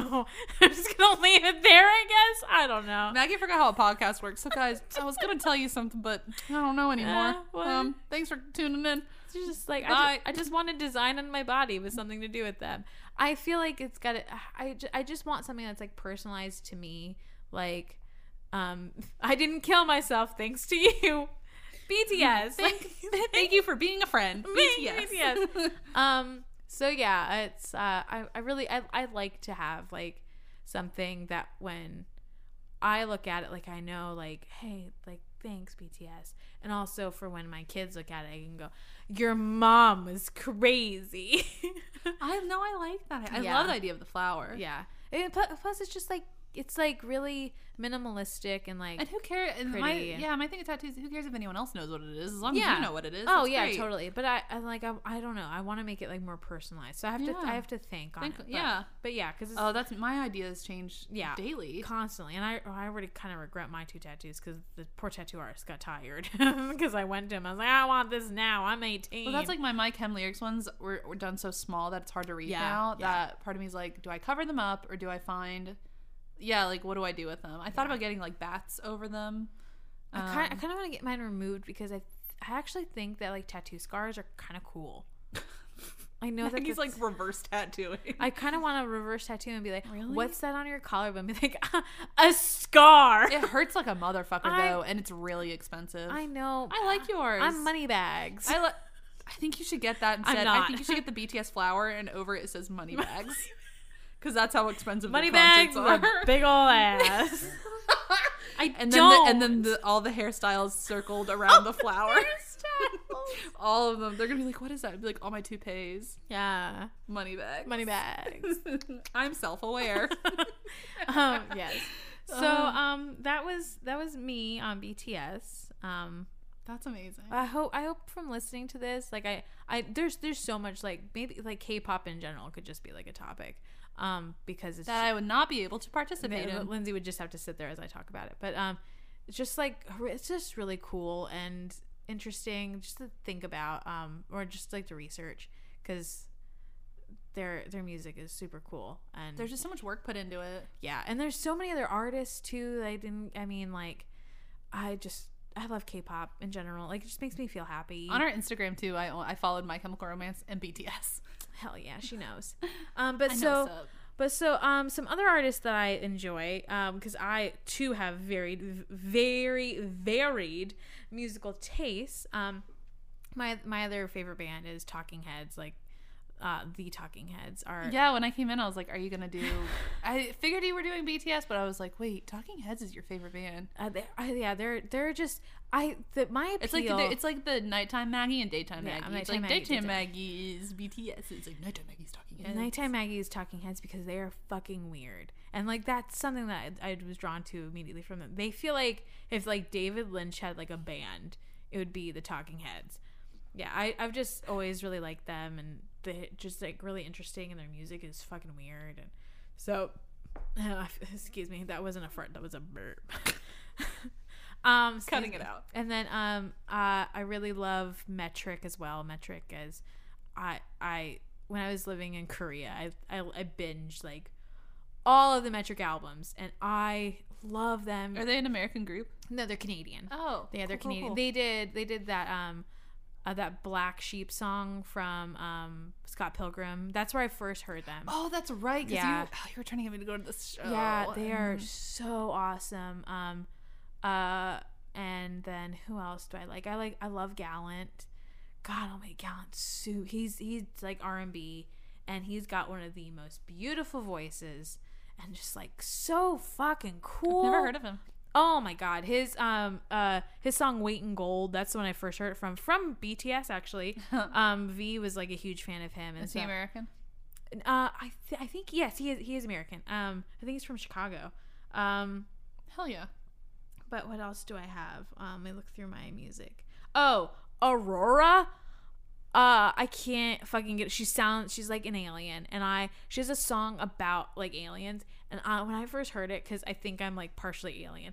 A: I'm just gonna leave it there. I guess I don't know.
B: Maggie forgot how a podcast works. So guys, I was gonna tell you something, but I don't know anymore.
A: Uh, what?
B: um, thanks for tuning in.
A: It's just like I
B: Bye.
A: just, I just want a design on my body with something to do with them. I feel like it's got to, I, ju- I just want something that's like personalized to me. Like, um, I didn't kill myself thanks to you, BTS.
B: Thank, thank you for being a friend. BTS.
A: BTS. um so yeah it's uh i, I really I, I like to have like something that when i look at it like i know like hey like thanks bts and also for when my kids look at it i can go your mom was crazy
B: I know I like that. I
A: Yeah.
B: love the idea of the flower.
A: yeah and pl- plus it's just like it's like really minimalistic and like
B: And who cares? And my,
A: Pretty.
B: yeah, my thing with tattoos. Who cares if anyone else knows what it is? As long as
A: Yeah.
B: you know what it is.
A: oh
B: that's
A: yeah
B: great.
A: totally but i, I like I, I don't know i want to make it like more personalized so i have to
B: Yeah.
A: i have to think on
B: Think-
A: it but,
B: yeah.
A: but yeah because it's
B: Oh, that's my ideas change.
A: Yeah.
B: daily.
A: constantly and i i already kind of regret my two tattoos because the poor tattoo artist got tired because i went to him i was like i want this now i'm 18
B: Well, that's like my Mike Hem lyrics ones were, were done so small that it's hard to read
A: Yeah,
B: now.
A: yeah.
B: That part of me is like, do I cover them up or do I find, yeah, like what do I do with them? I thought about getting like bats over them.
A: i kind
B: Um,
A: of, I kind of want to get mine removed because i i actually think that like tattoo scars are kind of cool i know that
B: he's
A: that's-
B: like reverse tattooing.
A: I kind of want to reverse tattoo and be like,
B: Really?
A: "What's that on your collarbone?" Be like, "Uh, "A scar."
B: it hurts like a motherfucker
A: I-
B: though, and it's really expensive.
A: I know.
B: I like yours.
A: I'm money bags.
B: I like. I think you should get that instead. I
A: not.
B: think you should get the BTS flower, and over it it says money bags, because that's how expensive
A: money
B: their concerts
A: bags,
B: are.
A: with a big ol' ass. I
B: and then
A: don't.
B: the, and then the, all the hairstyles circled around the flower. all of them. They're gonna be like, "What is that?" It'd be like, "All my toupees,
A: yeah,
B: money bags,
A: money bags.
B: I'm self-aware.
A: um, yes. So
B: Um,
A: um, that was that was me on BTS. Um,
B: That's amazing.
A: I hope I hope from listening to this, like I, I there's there's so much like maybe like K-pop in general could just be like a topic, um, because it's
B: That I would not be able to participate
A: Lindsey
B: in.
A: Lindsay would just have to sit there as I talk about it. But um, it's just like it's just really cool and interesting just to think about um, or just like to research because their their music is super cool and
B: There's just so much work put into it.
A: yeah and there's so many other artists too that i didn't i mean like i just i love k-pop in general like it just makes me feel happy
B: On our Instagram too, I I followed My Chemical Romance and BTS.
A: hell yeah she knows um but
B: I know
A: so
B: what's up.
A: but so um some other artists that i enjoy um because i too have varied v- very varied musical tastes um my my other favorite band is talking heads like uh the talking heads are
B: Yeah, when I came in, I was like, "Are you gonna do?" I figured you were doing BTS, but I was like, "Wait, Talking Heads is your favorite band."
A: uh, they're, uh, yeah they're they're just i the, my appeal,
B: It's like the, it's like the nighttime Maggie and daytime
A: Yeah,
B: Maggie.
A: I'm
B: it's
A: nighttime
B: like
A: Maggie,
B: daytime
A: daytime.
B: Maggie is BTS. It's like nighttime Maggie's Talking Heads.
A: Nighttime Maggie is Talking Heads because they are fucking weird. And like that's something that I, I was drawn to immediately from them. They feel like if like David Lynch had like a band, it would be the Talking Heads. Yeah, I, I've just always really liked them and they just like really interesting and their music is fucking weird and so excuse me, that wasn't a fart, that was a burp. um excuse
B: Cutting
A: me.
B: it out.
A: And then um uh, I really love Metric as well. Metric is I I when I was living in Korea, I I, I binged like all of the Metric albums and I love them.
B: Are they an American group?
A: no, they're Canadian.
B: Oh,
A: yeah, they're Canadian. They did they did that um uh, that Black Sheep song from um Scott Pilgrim. That's where I first heard them.
B: oh, that's right. 'cause
A: Yeah.
B: you, oh, you were trying to get me to go to this show.
A: Yeah, they are
B: and-
A: so awesome. Um, uh, and then who else do I like? I like I love Gallant. God, oh my Gallant's so he's he's like R and B, and he's got one of the most beautiful voices. and just like so fucking cool.
B: Never heard of him.
A: Oh my god, his um uh his song "Weight and Gold" that's the one I first heard it from from BTS actually. um, V was like a huge fan of him, and
B: Is
A: so
B: he American?
A: uh, I th- I think yes, he is he is American. Um, I think he's from Chicago. Um,
B: Hell yeah.
A: but what else do I have? Um, I look through my music. Oh, Aurora. Uh, I can't fucking get. It. She sounds. She's like an alien, and I. She has a song about like aliens, and I, when I first heard it, because I think I'm like partially alien.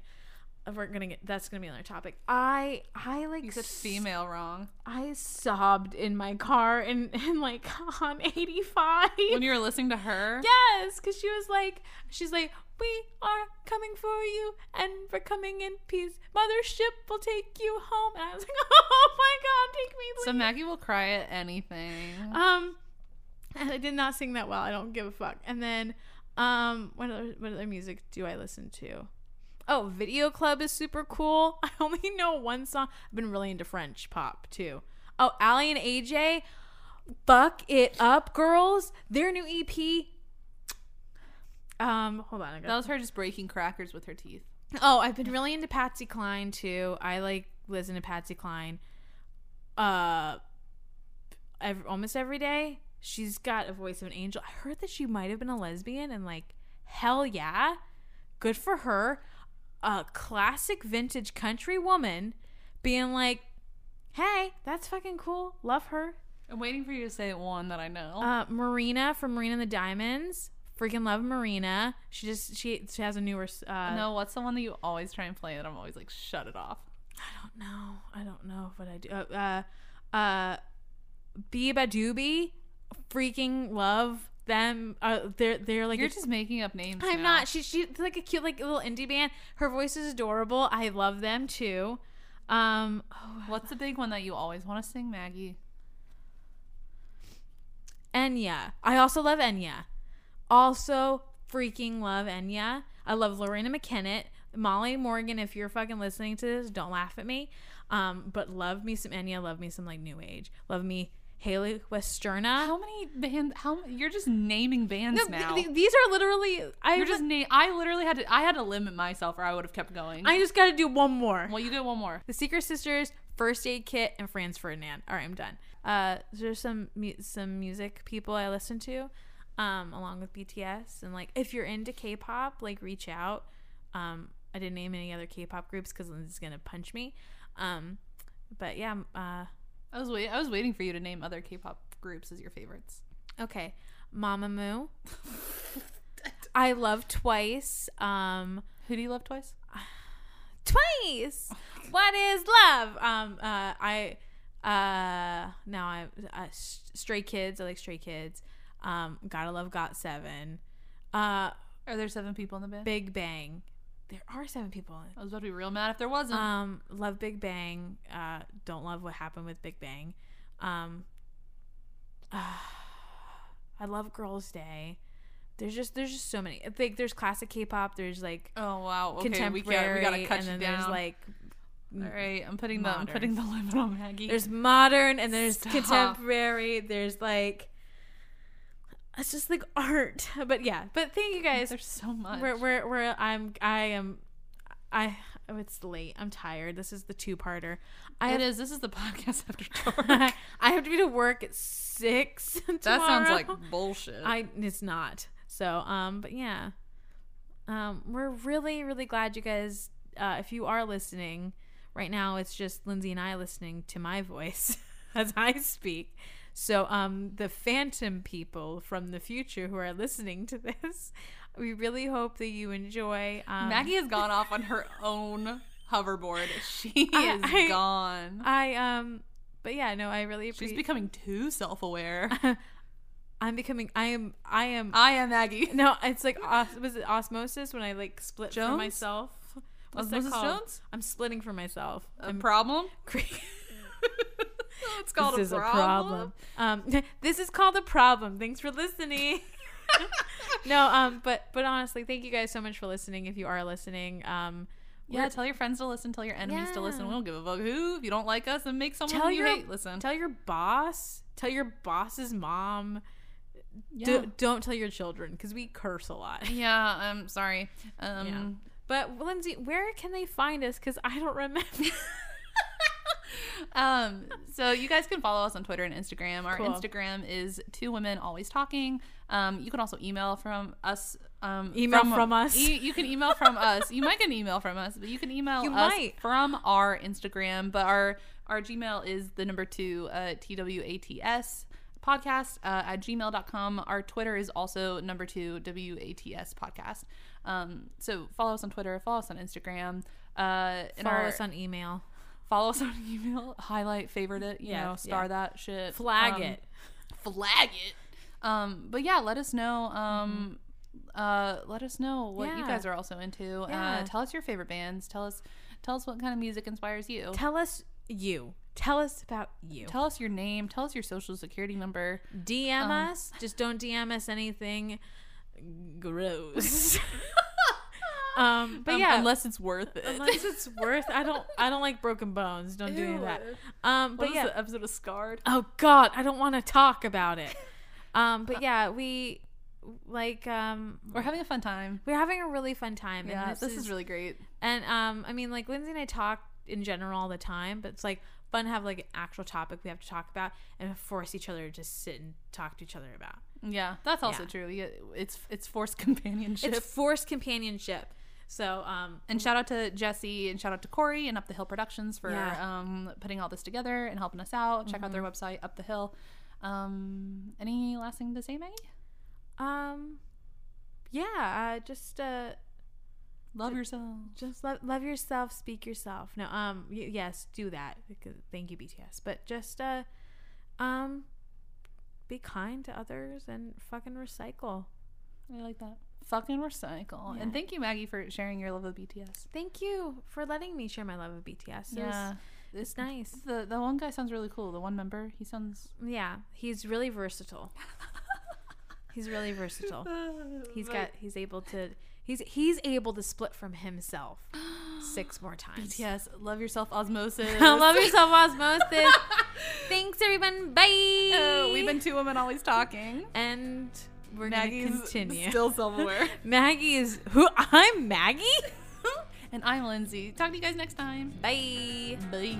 A: uh, We're gonna get. That's gonna be another topic. I I like.
B: You said
A: s-
B: female wrong.
A: I sobbed in my car and and like on 85.
B: When you were listening to her,
A: Yes, because she was like, she's like, we are coming for you, and we're coming in peace. Mothership will take you home. And I was like, oh my god, take me. Please.
B: so Maggie will cry at anything.
A: um, and I did not sing that well. I don't give a fuck. And then, um, what other what other music do I listen to? Oh, Video Club is super cool. I only know one song. I've been really into French pop too. Oh, Ali and AJ, fuck it up, girls. Their new EP. Um, hold on. I
B: that
A: got
B: was her just breaking crackers with her teeth.
A: Oh, I've been really into Patsy Cline too. I like listen to Patsy Cline. Uh, ev almost every day. She's got a voice of an angel. I heard that she might have been a lesbian, and like, hell yeah, good for her. A classic vintage country woman being like, "Hey, that's fucking cool. Love her."
B: I'm waiting for you to say one that I know.
A: Uh, Marina from Marina and the Diamonds. Freaking love Marina. She just she she has a newer uh,
B: no, what's the one that you always try and play that I'm always like, shut it off.
A: don't know. I don't know what I do. Uh, uh, uh Biba Doobie, freaking love them. Uh, they're they're like.
B: You're just making up names.
A: I'm
B: now.
A: not. She she's like a cute like little indie band. Her voice is adorable. I love them too. Um, oh,
B: What's the big one that you always want to sing, Maggie?
A: Enya. I also love Enya. Also freaking love Enya. I love Lorena McKennett. Molly Morgan, if you're fucking listening to this, don't laugh at me. Um, but love me some Enya, love me some like new age. Love me Haley Westerna.
B: How many bands? How you're just naming bands
A: No, th-
B: now?
A: th- these are literally I
B: you're just na- I literally had to. I had to limit myself, or I would have kept going.
A: I just gotta do one more.
B: well, you did one more.
A: The Secret Sisters, First Aid Kit, and Franz Ferdinand. All right, I'm done. Uh, so there's some mu- some music people I listen to, um, along with BTS, and like if you're into K-pop, like reach out. Um, I didn't name any other K-pop groups because Lindsay's gonna punch me. Um, but yeah, m- uh,
B: I was wait. I was waiting for you to name other K-pop groups as your favorites.
A: okay, Mamamoo. I love Twice. Um,
B: Who do you love twice?
A: twice. What is love? Um, uh, I, uh, now I, uh, s- stray kids. I like stray kids. Um, gotta love Got Seven. Uh,
B: Are there seven people in the band?
A: Big Bang. There are seven people. in
B: I was about to be real mad if there wasn't.
A: Um, love Big Bang. Uh, don't love what happened with Big Bang. Um, uh, I love Girls' Day. There's just there's just so many. I think there's classic K-pop. There's like
B: oh wow. Okay, we gotta,
A: contemporary,
B: we gotta cut
A: and
B: you
A: then
B: down.
A: there's like
B: All right, I'm putting the I'm
A: modern.
B: putting the limit on Maggie.
A: There's modern and there's
B: Stop.
A: contemporary. There's like it's just like art. But yeah. But thank you guys.
B: there's so much.
A: We're we're we're I'm I am I oh it's late. I'm tired. This is the two parter. I
B: it
A: have,
B: is. This is the podcast after dark.
A: I have to be to work at six.
B: that sounds like
A: tomorrow.
B: bullshit.
A: I it's not. So um but yeah. Um we're really, really glad you guys uh if you are listening, right now it's just Lindsay and I listening to my voice as I speak. So um the phantom people from the future who are listening to this, we really hope that you enjoy um
B: Maggie has gone off on her own hoverboard. She
A: I-
B: is
A: I-
B: gone.
A: I um but yeah, no, I really
B: She's
A: appreciate
B: becoming too self-aware.
A: I'm becoming I am I am
B: I am Maggie.
A: no, it's like os- was it osmosis when I like split
B: Jones?
A: from myself? What's that
B: Osmosis
A: called?
B: Jones?
A: I'm splitting for myself.
B: A
A: I'm
B: problem?
A: crazy.
B: it's called
A: this
B: a,
A: is
B: problem.
A: Um, this is called a problem. Thanks for listening. no, um, but but honestly, thank you guys so much for listening. If you are listening, um,
B: Yeah,
A: we're-
B: tell your friends to listen. Tell your enemies to listen. We
A: Yeah.
B: don't give a fuck who. If you don't like us, then make someone
A: Tell
B: who you
A: your-
B: hate listen.
A: tell your boss, tell your boss's mom,
B: Yeah.
A: Do, don't tell your children because we curse a lot.
B: yeah, I'm sorry. Um,
A: Yeah. But Lindsay, where can they find us? Because I don't remember.
B: um, so you guys can follow us on Twitter and Instagram. Our
A: Cool.
B: Instagram is two women always talking. Um, you can also email from us. Um,
A: Email from us.
B: E- you can email from us. You might get an email from us, but you can email
A: You
B: us
A: might.
B: from our Instagram. But our our Gmail is the number two uh, t w a t s podcast uh, at gmail.com our twitter is also number two w-a-t-s podcast um, so follow us on twitter follow us on instagram uh, and
A: Follow
B: our-
A: us on email.
B: follow us on email, highlight, favorite it, you
A: Yeah,
B: know, star
A: yeah.
B: that shit,
A: Flag
B: Um,
A: it.
B: flag it. Um, but yeah, let us know. Um, uh, let us know what you
A: Yeah.
B: guys are also into. Uh,
A: Yeah.
B: tell us your favorite bands. Tell us, tell us what kind of music inspires you.
A: Tell us you. Tell us about you.
B: Tell us your name. Tell us your social security number.
A: DM
B: Um,
A: us. Just don't DM us anything gross. um, but
B: Um,
A: yeah,
B: unless it's worth it.
A: unless it's worth. I don't. I don't like broken bones. Don't do any of that.
B: Ew.
A: Um,
B: What
A: but
B: was
A: yeah.
B: the episode of Scarred?
A: Oh God, I don't want to talk about it. Um, but yeah, we like um,
B: We're having a fun time.
A: we're having a really fun time.
B: Yeah,
A: and
B: this, is, really great.
A: And um, I mean, like Lindsay and I talk in general all the time, but it's like fun to have like an actual topic we have to talk about and force each other to just sit and talk to each other about.
B: Yeah, that's also
A: Yeah.
B: true. Yeah, it's it's forced companionship.
A: It's forced companionship. So um,
B: And shout out to Jesse and shout out to Corey and Up the Hill Productions for
A: Yeah.
B: um, putting all this together and helping us out. Check out their website, Up the Hill. Um, any last thing to say, Maggie?
A: um, yeah, uh, just uh,
B: Love yourself.
A: just love love yourself, speak yourself. No, um, y- yes, do that. Because- Thank you BTS, but just uh, um, be kind to others and fucking recycle.
B: I like that. Fucking recycle.
A: Yeah.
B: And thank you, Maggie, for sharing your love of BTS.
A: Thank you for letting me share my love of BTS. It was-
B: Yeah.
A: it's nice.
B: The, the one guy sounds really cool. The one member, he sounds.
A: Yeah, he's really versatile. he's really versatile. He's got he's able to he's he's able to split from himself six more times.
B: BTS, love yourself, osmosis.
A: Love yourself, osmosis. Thanks everyone. Bye.
B: Uh, we've been two women always talking.
A: and we're gonna
B: Maggie's
A: continue.
B: still self-aware.
A: Maggie is who I'm Maggie.
B: and I'm Lindsay. Talk to you guys next time.
A: Bye.
B: Bye.